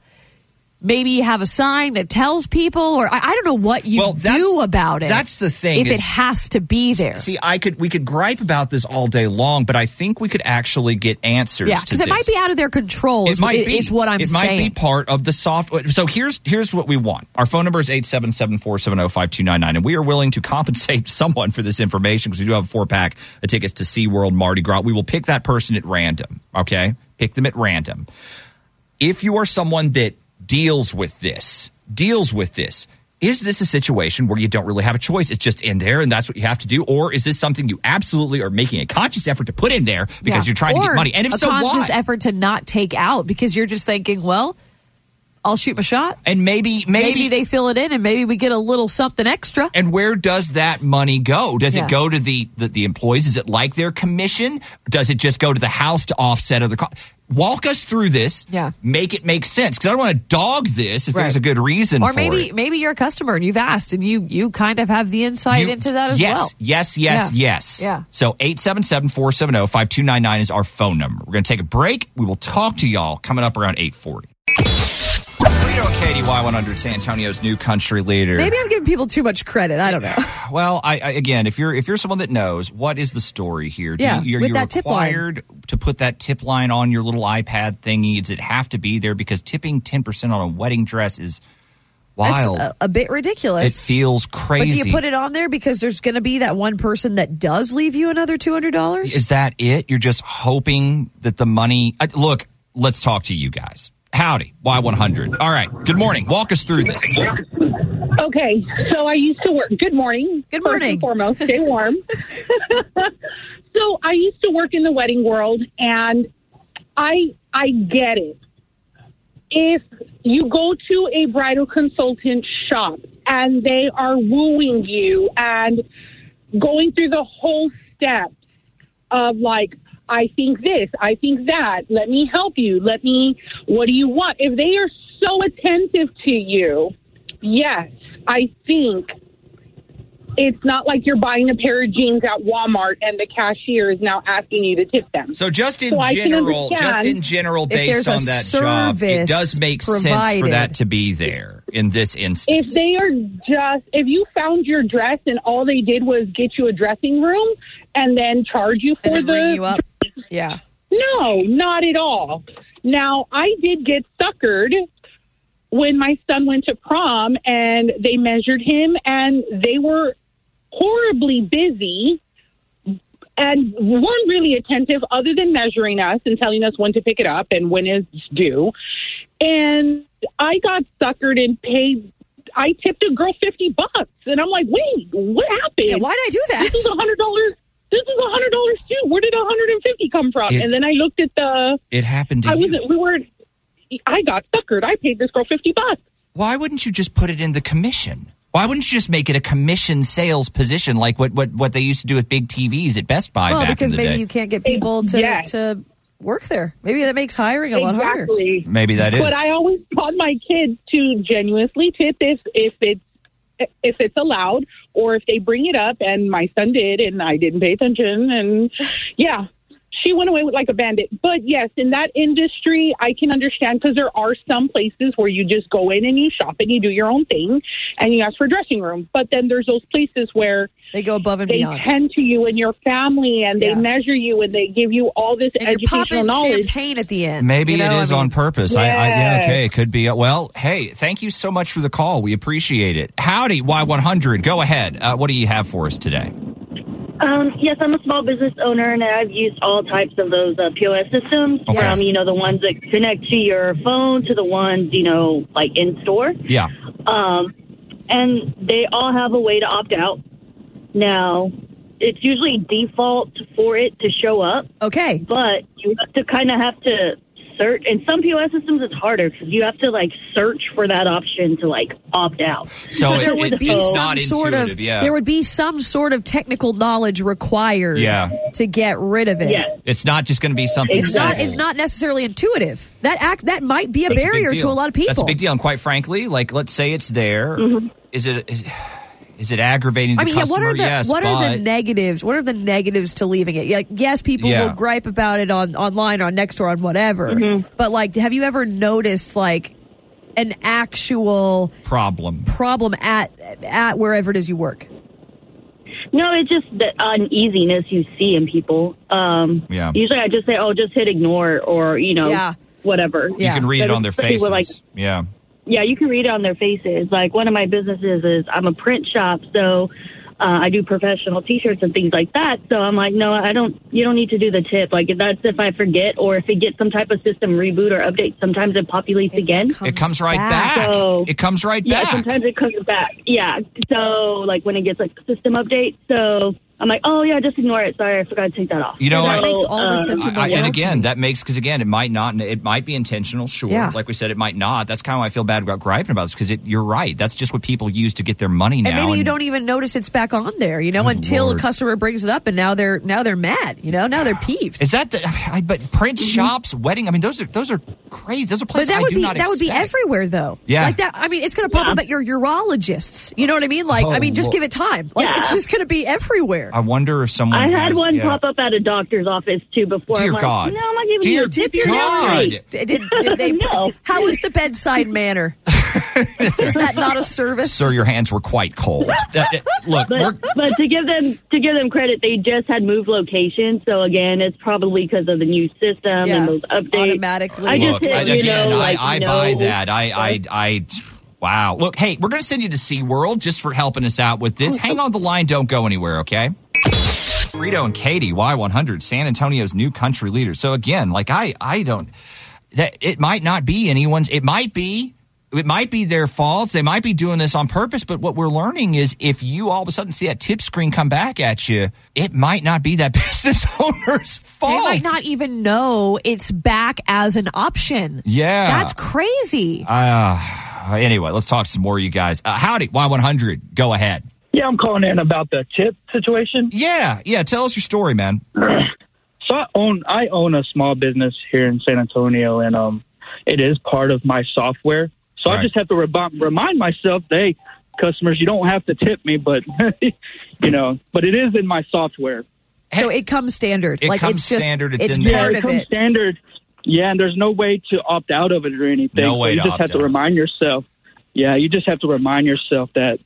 maybe you have a sign that tells people or i, I don't know what you Well, that's- do about it that's the thing if it is- has to be there See, I could we could gripe about this all day long, but I think we could actually get answers. yeah to because it this. might be out of their control is, is what i'm it saying might be part of the software. So here's here's what we want. Our phone number is 877-470-5299, and we are willing to compensate someone for this information because we do have a four pack of tickets to SeaWorld Mardi Gras. We will pick that person at random. Okay, pick them at random. If you are someone that deals with this, deals with this. Is this a situation where you don't really have a choice? It's just in there and that's what you have to do? Or is this something you absolutely are making a conscious effort to put in there because Yeah. you're trying to Or get money? And if a so, conscious why? effort to not take out because you're just thinking, well, I'll shoot my shot, and maybe maybe, they fill it in, and maybe we get a little something extra. And where does that money go? Does Yeah. it go to the, the the employees? Is it like their commission? Does it just go to the house to offset other costs? Walk us through this. Yeah. Make it make sense because I don't want to dog this if Right. there's a good reason or for maybe it. maybe you're a customer and you've asked, and you you kind of have the insight into that as yes, well. yes, yes, Yeah. yes. Yeah. So oh, 877-470-5299 is our phone number. We're going to take a break. We will talk to y'all coming up around 840. Rito Katie Y100, San Antonio's new country leader. Maybe I'm giving people too much credit. I don't know. Well, I, I again, if you're if you're someone that knows, what is the story here? Yeah, you, are with you that tip line. required to put that tip line on your little iPad thingy? Does it have to be there? Because tipping ten percent on a wedding dress is wild. That's a, a bit it ridiculous. feels But crazy. do you put it on there because there's going to be that one person that does leave you another two hundred dollars? Is that it? You're just hoping that the money. I, look, let's talk to you guys. Howdy, Y100. All right. Good morning. Walk us through this. Okay, so I used to work. Good morning. Good morning. First and foremost, stay warm. so I used to work in the wedding world, and I I get it. If you go to a bridal consultant shop and they are wooing you and going through the whole step, of like, I think this, I think that. Let me help you. Let me, what do you want? If they are so attentive to you, yes, I think it's not like you're buying a pair of jeans at Walmart and the cashier is now asking you to tip them. So just in So I can general, understand just in general, if based there's a on that job, it service does make sense for provided. that to be there in this instance. If they are just, if you found your dress and all they did was get you a dressing room and then charge you for the, ring you up. yeah. No, not at all. Now I did get suckered when my son went to prom and they measured him and they were horribly busy and weren't really attentive other than measuring us and telling us when to pick it up and when it's due. And I got suckered and paid. I tipped a girl fifty bucks, and I'm like, "Wait, what happened? Yeah, why'd I do that? This is a hundred dollars. This is a hundred dollars too. Where did a hundred and fifty come from?" It- and then I looked at the. It happened to I you. wasn't. We were. I got suckered. I paid this girl fifty bucks. Why wouldn't you just put it in the commission? Why wouldn't you just make it a commission sales position like what, what, what they used to do with big TVs at Best Buy well, back because in the maybe day? you can't get people to to work there. Maybe that makes hiring a lot harder. Exactly. Maybe that is. But I always taught my kids to genuinely tip if if it's if it's allowed or if they bring it up. And my son did, and I didn't pay attention. And yeah, she went away with like a bandit. But yes, in that industry, I can understand because there are some places where you just go in and you shop and you do your own thing and you ask for a dressing room. But then there's those places where they go above and they beyond. tend to you and your family and they measure you and they give you all this And you're educational popping knowledge. champagne at the end. Maybe you know? it is I mean, on purpose. I, I, yeah, Yes. okay, it could be. Well, hey, thank you so much for the call. We appreciate it. Howdy, Y100. Go ahead. Uh, what do you have for us today? Um, yes, I'm a small business owner, and I've used all types of those uh, POS systems. Okay. From you know the ones that connect to your phone to the ones you know like in store. Yeah. Um, and they all have a way to opt out. Now, it's usually default for it to show up. Okay. But you have to kind of have to search. And some POS systems, it's harder because you have to like search for that option to like opt out. So so there it- would it- be it's some not sort of intuitive, yeah. there would be some sort of technical knowledge required Yeah. to get rid of it. It's not just going to be something. It's not simple. it's not necessarily intuitive. That act that might be a That's big barrier to deal. a lot of people. Mm-hmm. That's a big deal. And quite frankly, like let's say it's there. Is it is, it aggravating? I mean, the yeah. customer? What are the yes, what are the but- negatives? What are the negatives to leaving it? Like, yes, people Yeah. will gripe about it on online, on Nextdoor, on whatever. But like, have you ever noticed like an actual problem? problem at at wherever it is you work? No, it's just the uneasiness you see in people. Um, Yeah. Usually, I just say, "Oh, just hit ignore," or you know, Yeah. whatever. You can read it on their faces. People like, yeah. yeah, you can read it on their faces. Like one of my businesses is I'm a print shop, so uh, I do professional T-shirts and things like that. So I'm like, no, I don't. You don't need to do the tip. Like if that's if I forget or if it gets some type of system reboot or update, sometimes it populates again. It comes right back. So- it comes right yeah, back. sometimes it comes back. Yeah. So like when it gets like system update, so I'm like, oh yeah, just ignore it. Sorry, I forgot to take that off. You know, I, So, um, I- And again, that makes because again, it might not. It might be intentional. Sure, Yeah. like we said, it might not. That's kind of why I feel bad about griping about this because you're right. That's just what people use to get their money now. and maybe you and- don't even notice it's back on there, you know, until Lord. a customer brings it up, and now they're now they're mad, you know, now they're peeved. Is that the? I, but print shops, wedding. I mean, those are those are crazy. Those are places Mm-hmm. but that I would do be that not would be expect. everywhere though. Yeah. like that. I mean, it's going to pop up at your urologists. You know what I mean? Like, I Oh, mean, just Lord. give it time. Like, it's just going to be everywhere. I wonder if someone. I had has- one yeah. pop up at a doctor's office too before. Dear I'm like, God. No, I'm not giving Dear you a tip. You're God. not. Did, did, did they? How was the bedside manner? Is that not a service? Sir, your hands were quite cold. That- that- look, we're, But, but to give them to give them credit, they just had moved location. So again, it's probably because of the new system Yeah. and those updates. Automatically, I just look, hit, I, you again, know, I, like, I no. buy that. I, I, I, wow. Look, hey, we're going to send you to SeaWorld just for helping us out with this. Hang on the line. Don't go anywhere, okay? Rito and Katie, Y100, San Antonio's new country leader. So again, like I, I don't, that it might not be anyone's, it might be. It might be their fault. They might be doing this on purpose. But what we're learning is if you all of a sudden see that tip screen come back at you, it might not be that business owner's fault. They might not even know it's back as an option. Yeah. That's crazy. Uh, anyway, let's talk some more, you guys. Uh, howdy, Y100. Go ahead. Yeah, I'm calling in about the tip situation. Yeah, yeah. Tell us your story, man. own I own a small business here in San Antonio, and um, it is part of my software. So I just have to remi- remind myself, hey, customers, you don't have to tip me, but you know, but it is in my software. so it comes standard. It like comes it's just standard, It's, Yeah, part it of comes it. standard. Yeah, and there's no way to opt out of it or anything. No So way you to just opt have to out. remind yourself. Yeah, you just have to remind yourself that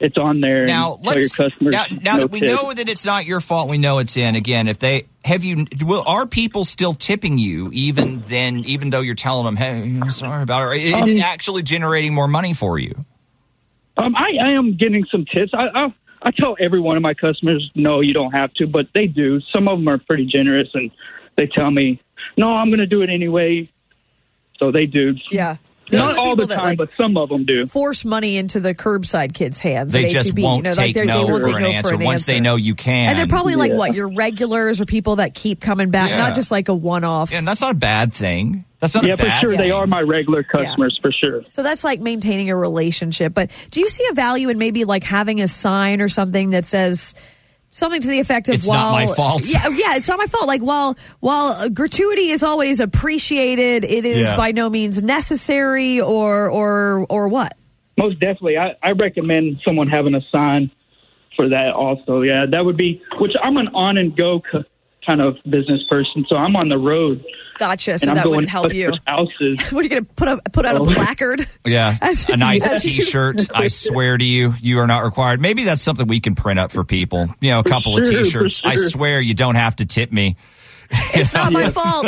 it's on there. Now, and tell your let's customers. now, now no that we tip. know that it's not your fault, we know it's in. Again, if they have you, will are people still tipping you even then, even though you're telling them, "Hey, I'm sorry about it," or is it Um, actually generating more money for you? Um, I, I am getting some tips. I, I I tell every one of my customers, no, you don't have to, but they do. Some of them are pretty generous, and they tell me, no, I'm going to do it anyway. So they do. Yeah. Not Those are all the people that, time, like- but some of them do. Force money into the curbside kids' hands. They at just H-E-B, won't E you know, like take they're- they no will for take an no answer for an once they answer. know you can. And they're probably like Yeah. what your regulars or people that keep coming back, Yeah. not just like a one-off. Yeah, and that's not a bad thing. That's not yeah, a bad. for sure. They thing. are my regular customers, for sure. So that's like maintaining a relationship. But do you see a value in maybe like having a sign or something that says something to the effect of It's not while my fault. Yeah, yeah, it's not my fault. Like while while gratuity is always appreciated, it is Yeah. by no means necessary or or or what? Most definitely. I, I recommend someone having a sign for that also. Yeah, that would be, which I'm an on and go c- kind of business person. So I'm on the road. Gotcha. So and I'm that going wouldn't help to you. Houses. What are you going to put up, put out a Oh. placard? Yeah, As- a nice as you- T-shirt. I swear to you, you are not required. Maybe that's something we can print up for people. You know, a For couple sure, of for T-shirts. I sure. swear, you don't have to tip me. It's not my fault.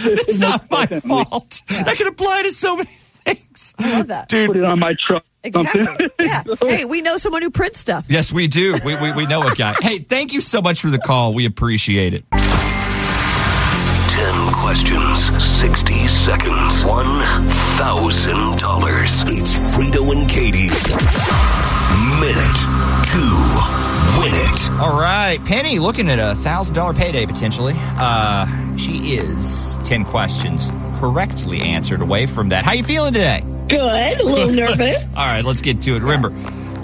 it's not my fault. That can apply to so many things. I love that. Dude. Put it on my truck. Exactly. Yeah. Hey, we know someone who prints stuff. Yes, we do. We, we, we know a guy. Hey, thank you so much for the call. We appreciate it. 10 questions, 60 seconds, $1,000. It's Frito and Katie's Minute to Win It. All right, Penny, looking at a thousand dollar payday potentially. Uh, she is ten questions correctly answered away from that. How you feeling today? Good. A little nervous. all right, let's get to it. Remember,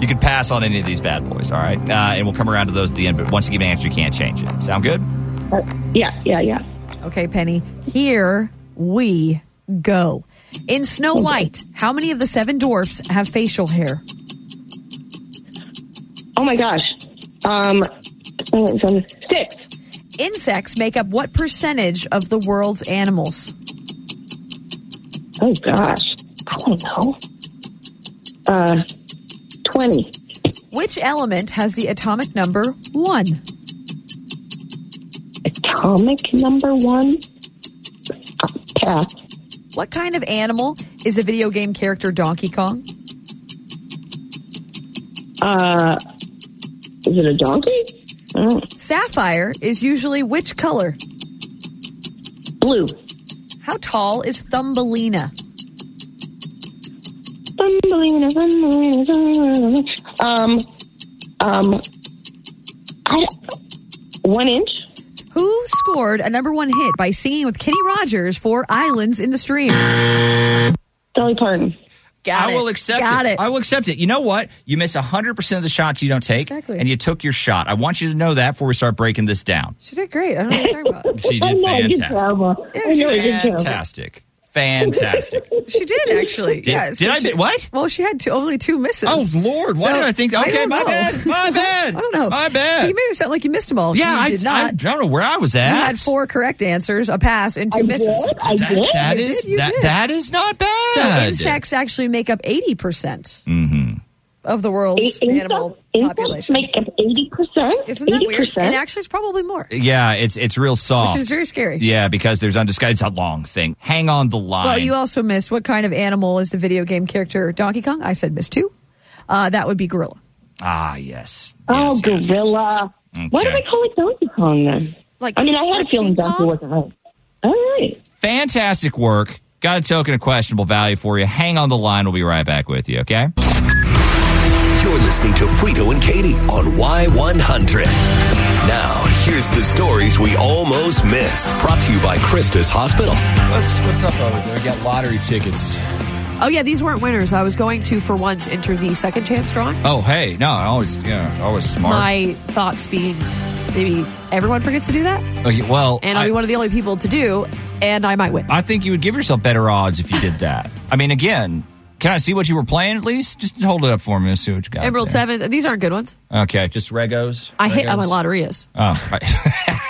you can pass on any of these bad boys. All right, uh, and we'll come around to those at the end. But once you give an answer, you can't change it. Sound good? Uh, Yeah, yeah, yeah. Okay, Penny. Here we go. In Snow White, how many of the seven dwarfs have facial hair? Oh my gosh. Um, six. Insects make up what percentage of the world's animals? Oh gosh. I don't know. Uh, 20. Which element has the atomic number one? Atomic number one. Pass. What kind of animal is a video game character Donkey Kong? Uh, is it a donkey? Oh, Sapphire is usually which color? Blue. How tall is Thumbelina? Um, Thumbelina, Thumbelina, Thumbelina. Um, um, I, one inch. Who scored a number one hit by singing with Kenny Rogers for Islands in the Stream? Dolly Parton. I will accept Got it. it. I will accept it. You know what? You miss 100% of the shots you don't take, Exactly. and you took your shot. I want you to know that before we start breaking this down. She did great. I don't know what you're talking about. I She did fantastic. know I did terrible. Fantastic. Fantastic. She did actually. Did- yeah. did I she- mi- what? Well, she had two, only two misses. Oh, Lord. Why did I think- okay, don't my know. bad, my bad, I don't know. my bad. You made it sound like you missed them all. Yeah, Oh, you I, did I, not. I don't know where I was at. you had four correct answers, a pass, and two I misses. did? I That- did? that You is did, you that, did. that is not bad. So insects actually make up eighty percent Mm-hmm. of the world's In- animal insects population. make up eighty percent. Isn't that weird? And actually, it's probably more, Yeah, it's it's real soft. which is very scary. yeah, because there's undisguised. It's a long thing. Hang on the line. Well, you also missed what kind of animal is the video game character Donkey Kong? I said miss two. Uh, that would be gorilla. ah, yes. Oh, gorilla. Why do I call it Donkey Kong then? Like, I mean, I had a feeling Donkey wasn't right. All right. Fantastic work. Got a token of questionable value for you. Hang on the line. We'll be right back with you. Okay. You're listening to Frito and Katie on Y100. Now, here's the stories we almost missed. Brought to you by Christus Hospital. What's what's up over there? We got lottery tickets. Oh yeah, these weren't winners. I was going to for once enter the second chance drawing. Oh, hey, no, always, yeah, always smart. My thoughts being maybe everyone forgets to do that, Okay, Oh, well, and I'll be one of the only people to do, and I might win. I think you would give yourself better odds if you did that. I mean, again, can I see what you were playing at least? Just hold it up for me and see what you got. Emerald there. Seven. These aren't good ones. Okay, just regos. I hit on Regos? my lotterias. Oh, right.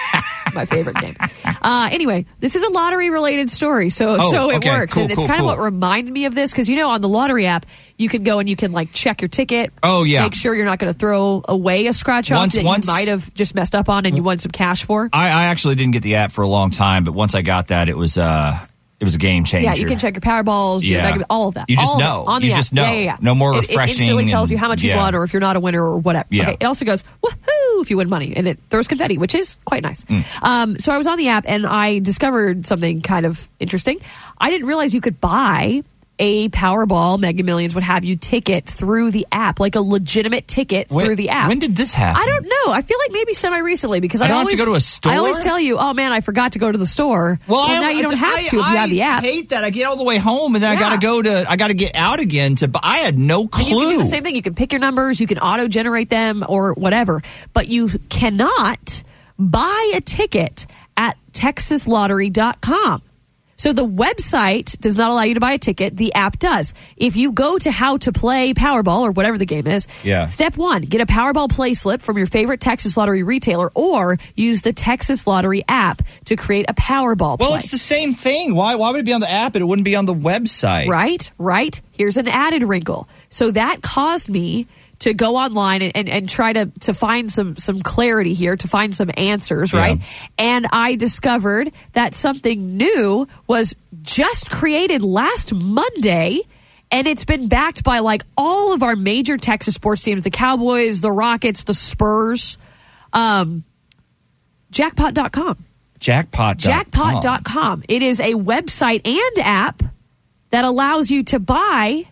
My favorite game. Uh, anyway, this is a lottery related story, so Ah. Oh, so it okay. works, Cool, and it's cool, kind cool. of what reminded me of this because you know on the lottery app you can go and you can like check your ticket. Oh, yeah. make sure you're not going to throw away a scratch off Once- that once- Mm. you might have just messed up on and you won some cash for. I, I actually didn't get the app for a long time, but once I got that, it was uh, it was a game changer. Yeah, you can check your Powerballs, your Yeah. Mega- all of that. You just All of it know. on the You app. just know. Yeah, yeah, yeah. No more It- It, refreshing instantly tells you and- how much you yeah. won, or if you're not a winner, or whatever. Yeah. Okay. It also goes woohoo if you win money, and it throws confetti, which is quite nice. Mm. Um, so I was on the app and I discovered something kind of interesting. I didn't realize you could buy a Powerball, Mega Millions, what have you, ticket through the app, like a legitimate ticket When- through the app. when did this happen? I don't know. I feel like maybe semi recently because I I, don't have to always go to a store? I always tell you, oh man, I forgot to go to the store. Well, I- now you don't have I- to if you have the app. I hate that. I get all the way home and then I got to go to, I got to get out again to, bu- I had no And You clue. can do the same thing. You can pick your numbers, you can auto generate them or whatever, but you cannot buy a ticket at texaslottery.com. So the website does not allow you to buy a ticket, the app does. If you go to how to play Powerball or whatever the game is, Yeah. step 1, get a Powerball play slip from your favorite Texas Lottery retailer or use the Texas Lottery app to create a Powerball well, play. it's the same thing. Why, why would it be on the app and it wouldn't be on the website? Right, right. Here's an added wrinkle. So that caused me to go online and, and, and try to, to find some, some clarity here, to find some answers, Yeah. right? And I discovered that something new was just created last Monday. And it's been backed by like all of our major Texas sports teams the Cowboys, the Rockets, the Spurs, um, jackpot.com. Jackpot. Jackpot.com. It is a website and app that allows you to buy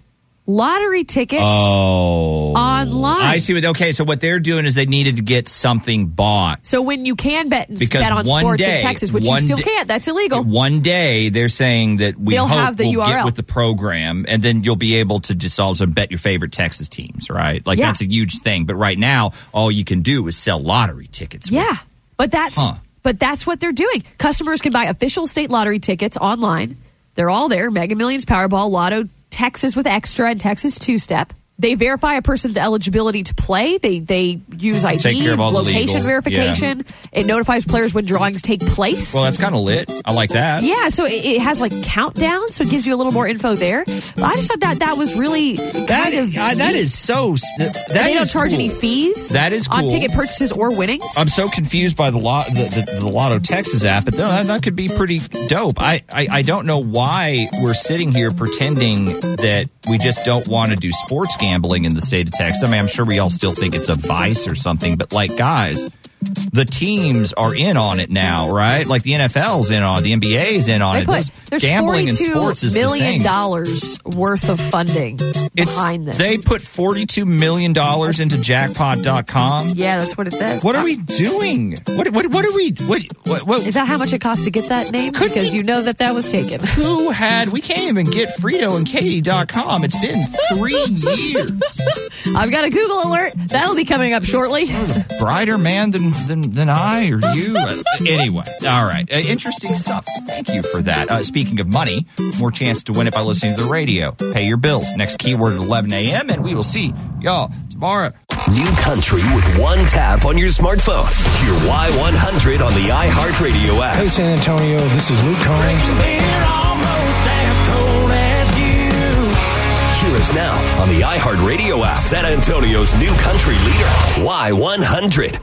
lottery tickets Oh. online. I see what, okay, so what they're doing is they needed to get something bought. So when you can bet and Because bet on one sports day- in Texas, which you one still day- can't, that's illegal. One day they're saying that we They'll hope have the we'll get URL. with the program, and then you'll be able to just also bet your favorite Texas teams, right? Like Yeah. that's a huge thing. But right now, all you can do is sell lottery tickets. Yeah, but that's Huh. but that's what they're doing. Customers can buy official state lottery tickets online. They're all there: Mega Millions, Powerball, Lotto, Texas with Extra, and Texas Two Step. They verify a person's eligibility to play. They they use ID, Take care of all the legal- location verification. It notifies players when drawings take place. Well, that's kind of lit. I like that. yeah, so it, it has like countdown, so it gives you a little more info there. But I just thought that that was really That is, that is so. That, that they don't is charge cool. any fees. That is on cool. ticket purchases or winnings. I'm so confused by the lot the, the, the Lotto Texas app, but no, that, that could be pretty dope. I, I I don't know why we're sitting here pretending that we just don't want to do sports gambling in the state of Texas. I mean, I'm sure we all still think it's a vice or something, but like guys, the teams are in on it now, right? Like the NFL's in on it, the NBA's in on They it. put- Those- there's gambling in 42 sports is the million thing. dollars worth of funding It's- behind this. They put $42 million into jackpot.com. yeah, that's what it says. Uh, What are we doing? What, what, what are we, what, what, what? Is that how much it costs to get that name? because you know that that was taken. Who had, we can't even get FritoandKatie.com. It's been three years. I've got a Google alert. That'll be coming up shortly. Brighter man than, than, than I or you. Uh, anyway, all right. Uh, interesting stuff. Thank you for that. Uh, speaking of money, more chance to win it by listening to the radio. Pay your bills. Next keyword at 11 a.m. And we will see y'all tomorrow. New country with one tap on your smartphone. Hear Y100 on the iHeartRadio app. Hey, San Antonio, this is Luke Combs. Hear us now on the iHeartRadio app. San Antonio's new country leader, Y100.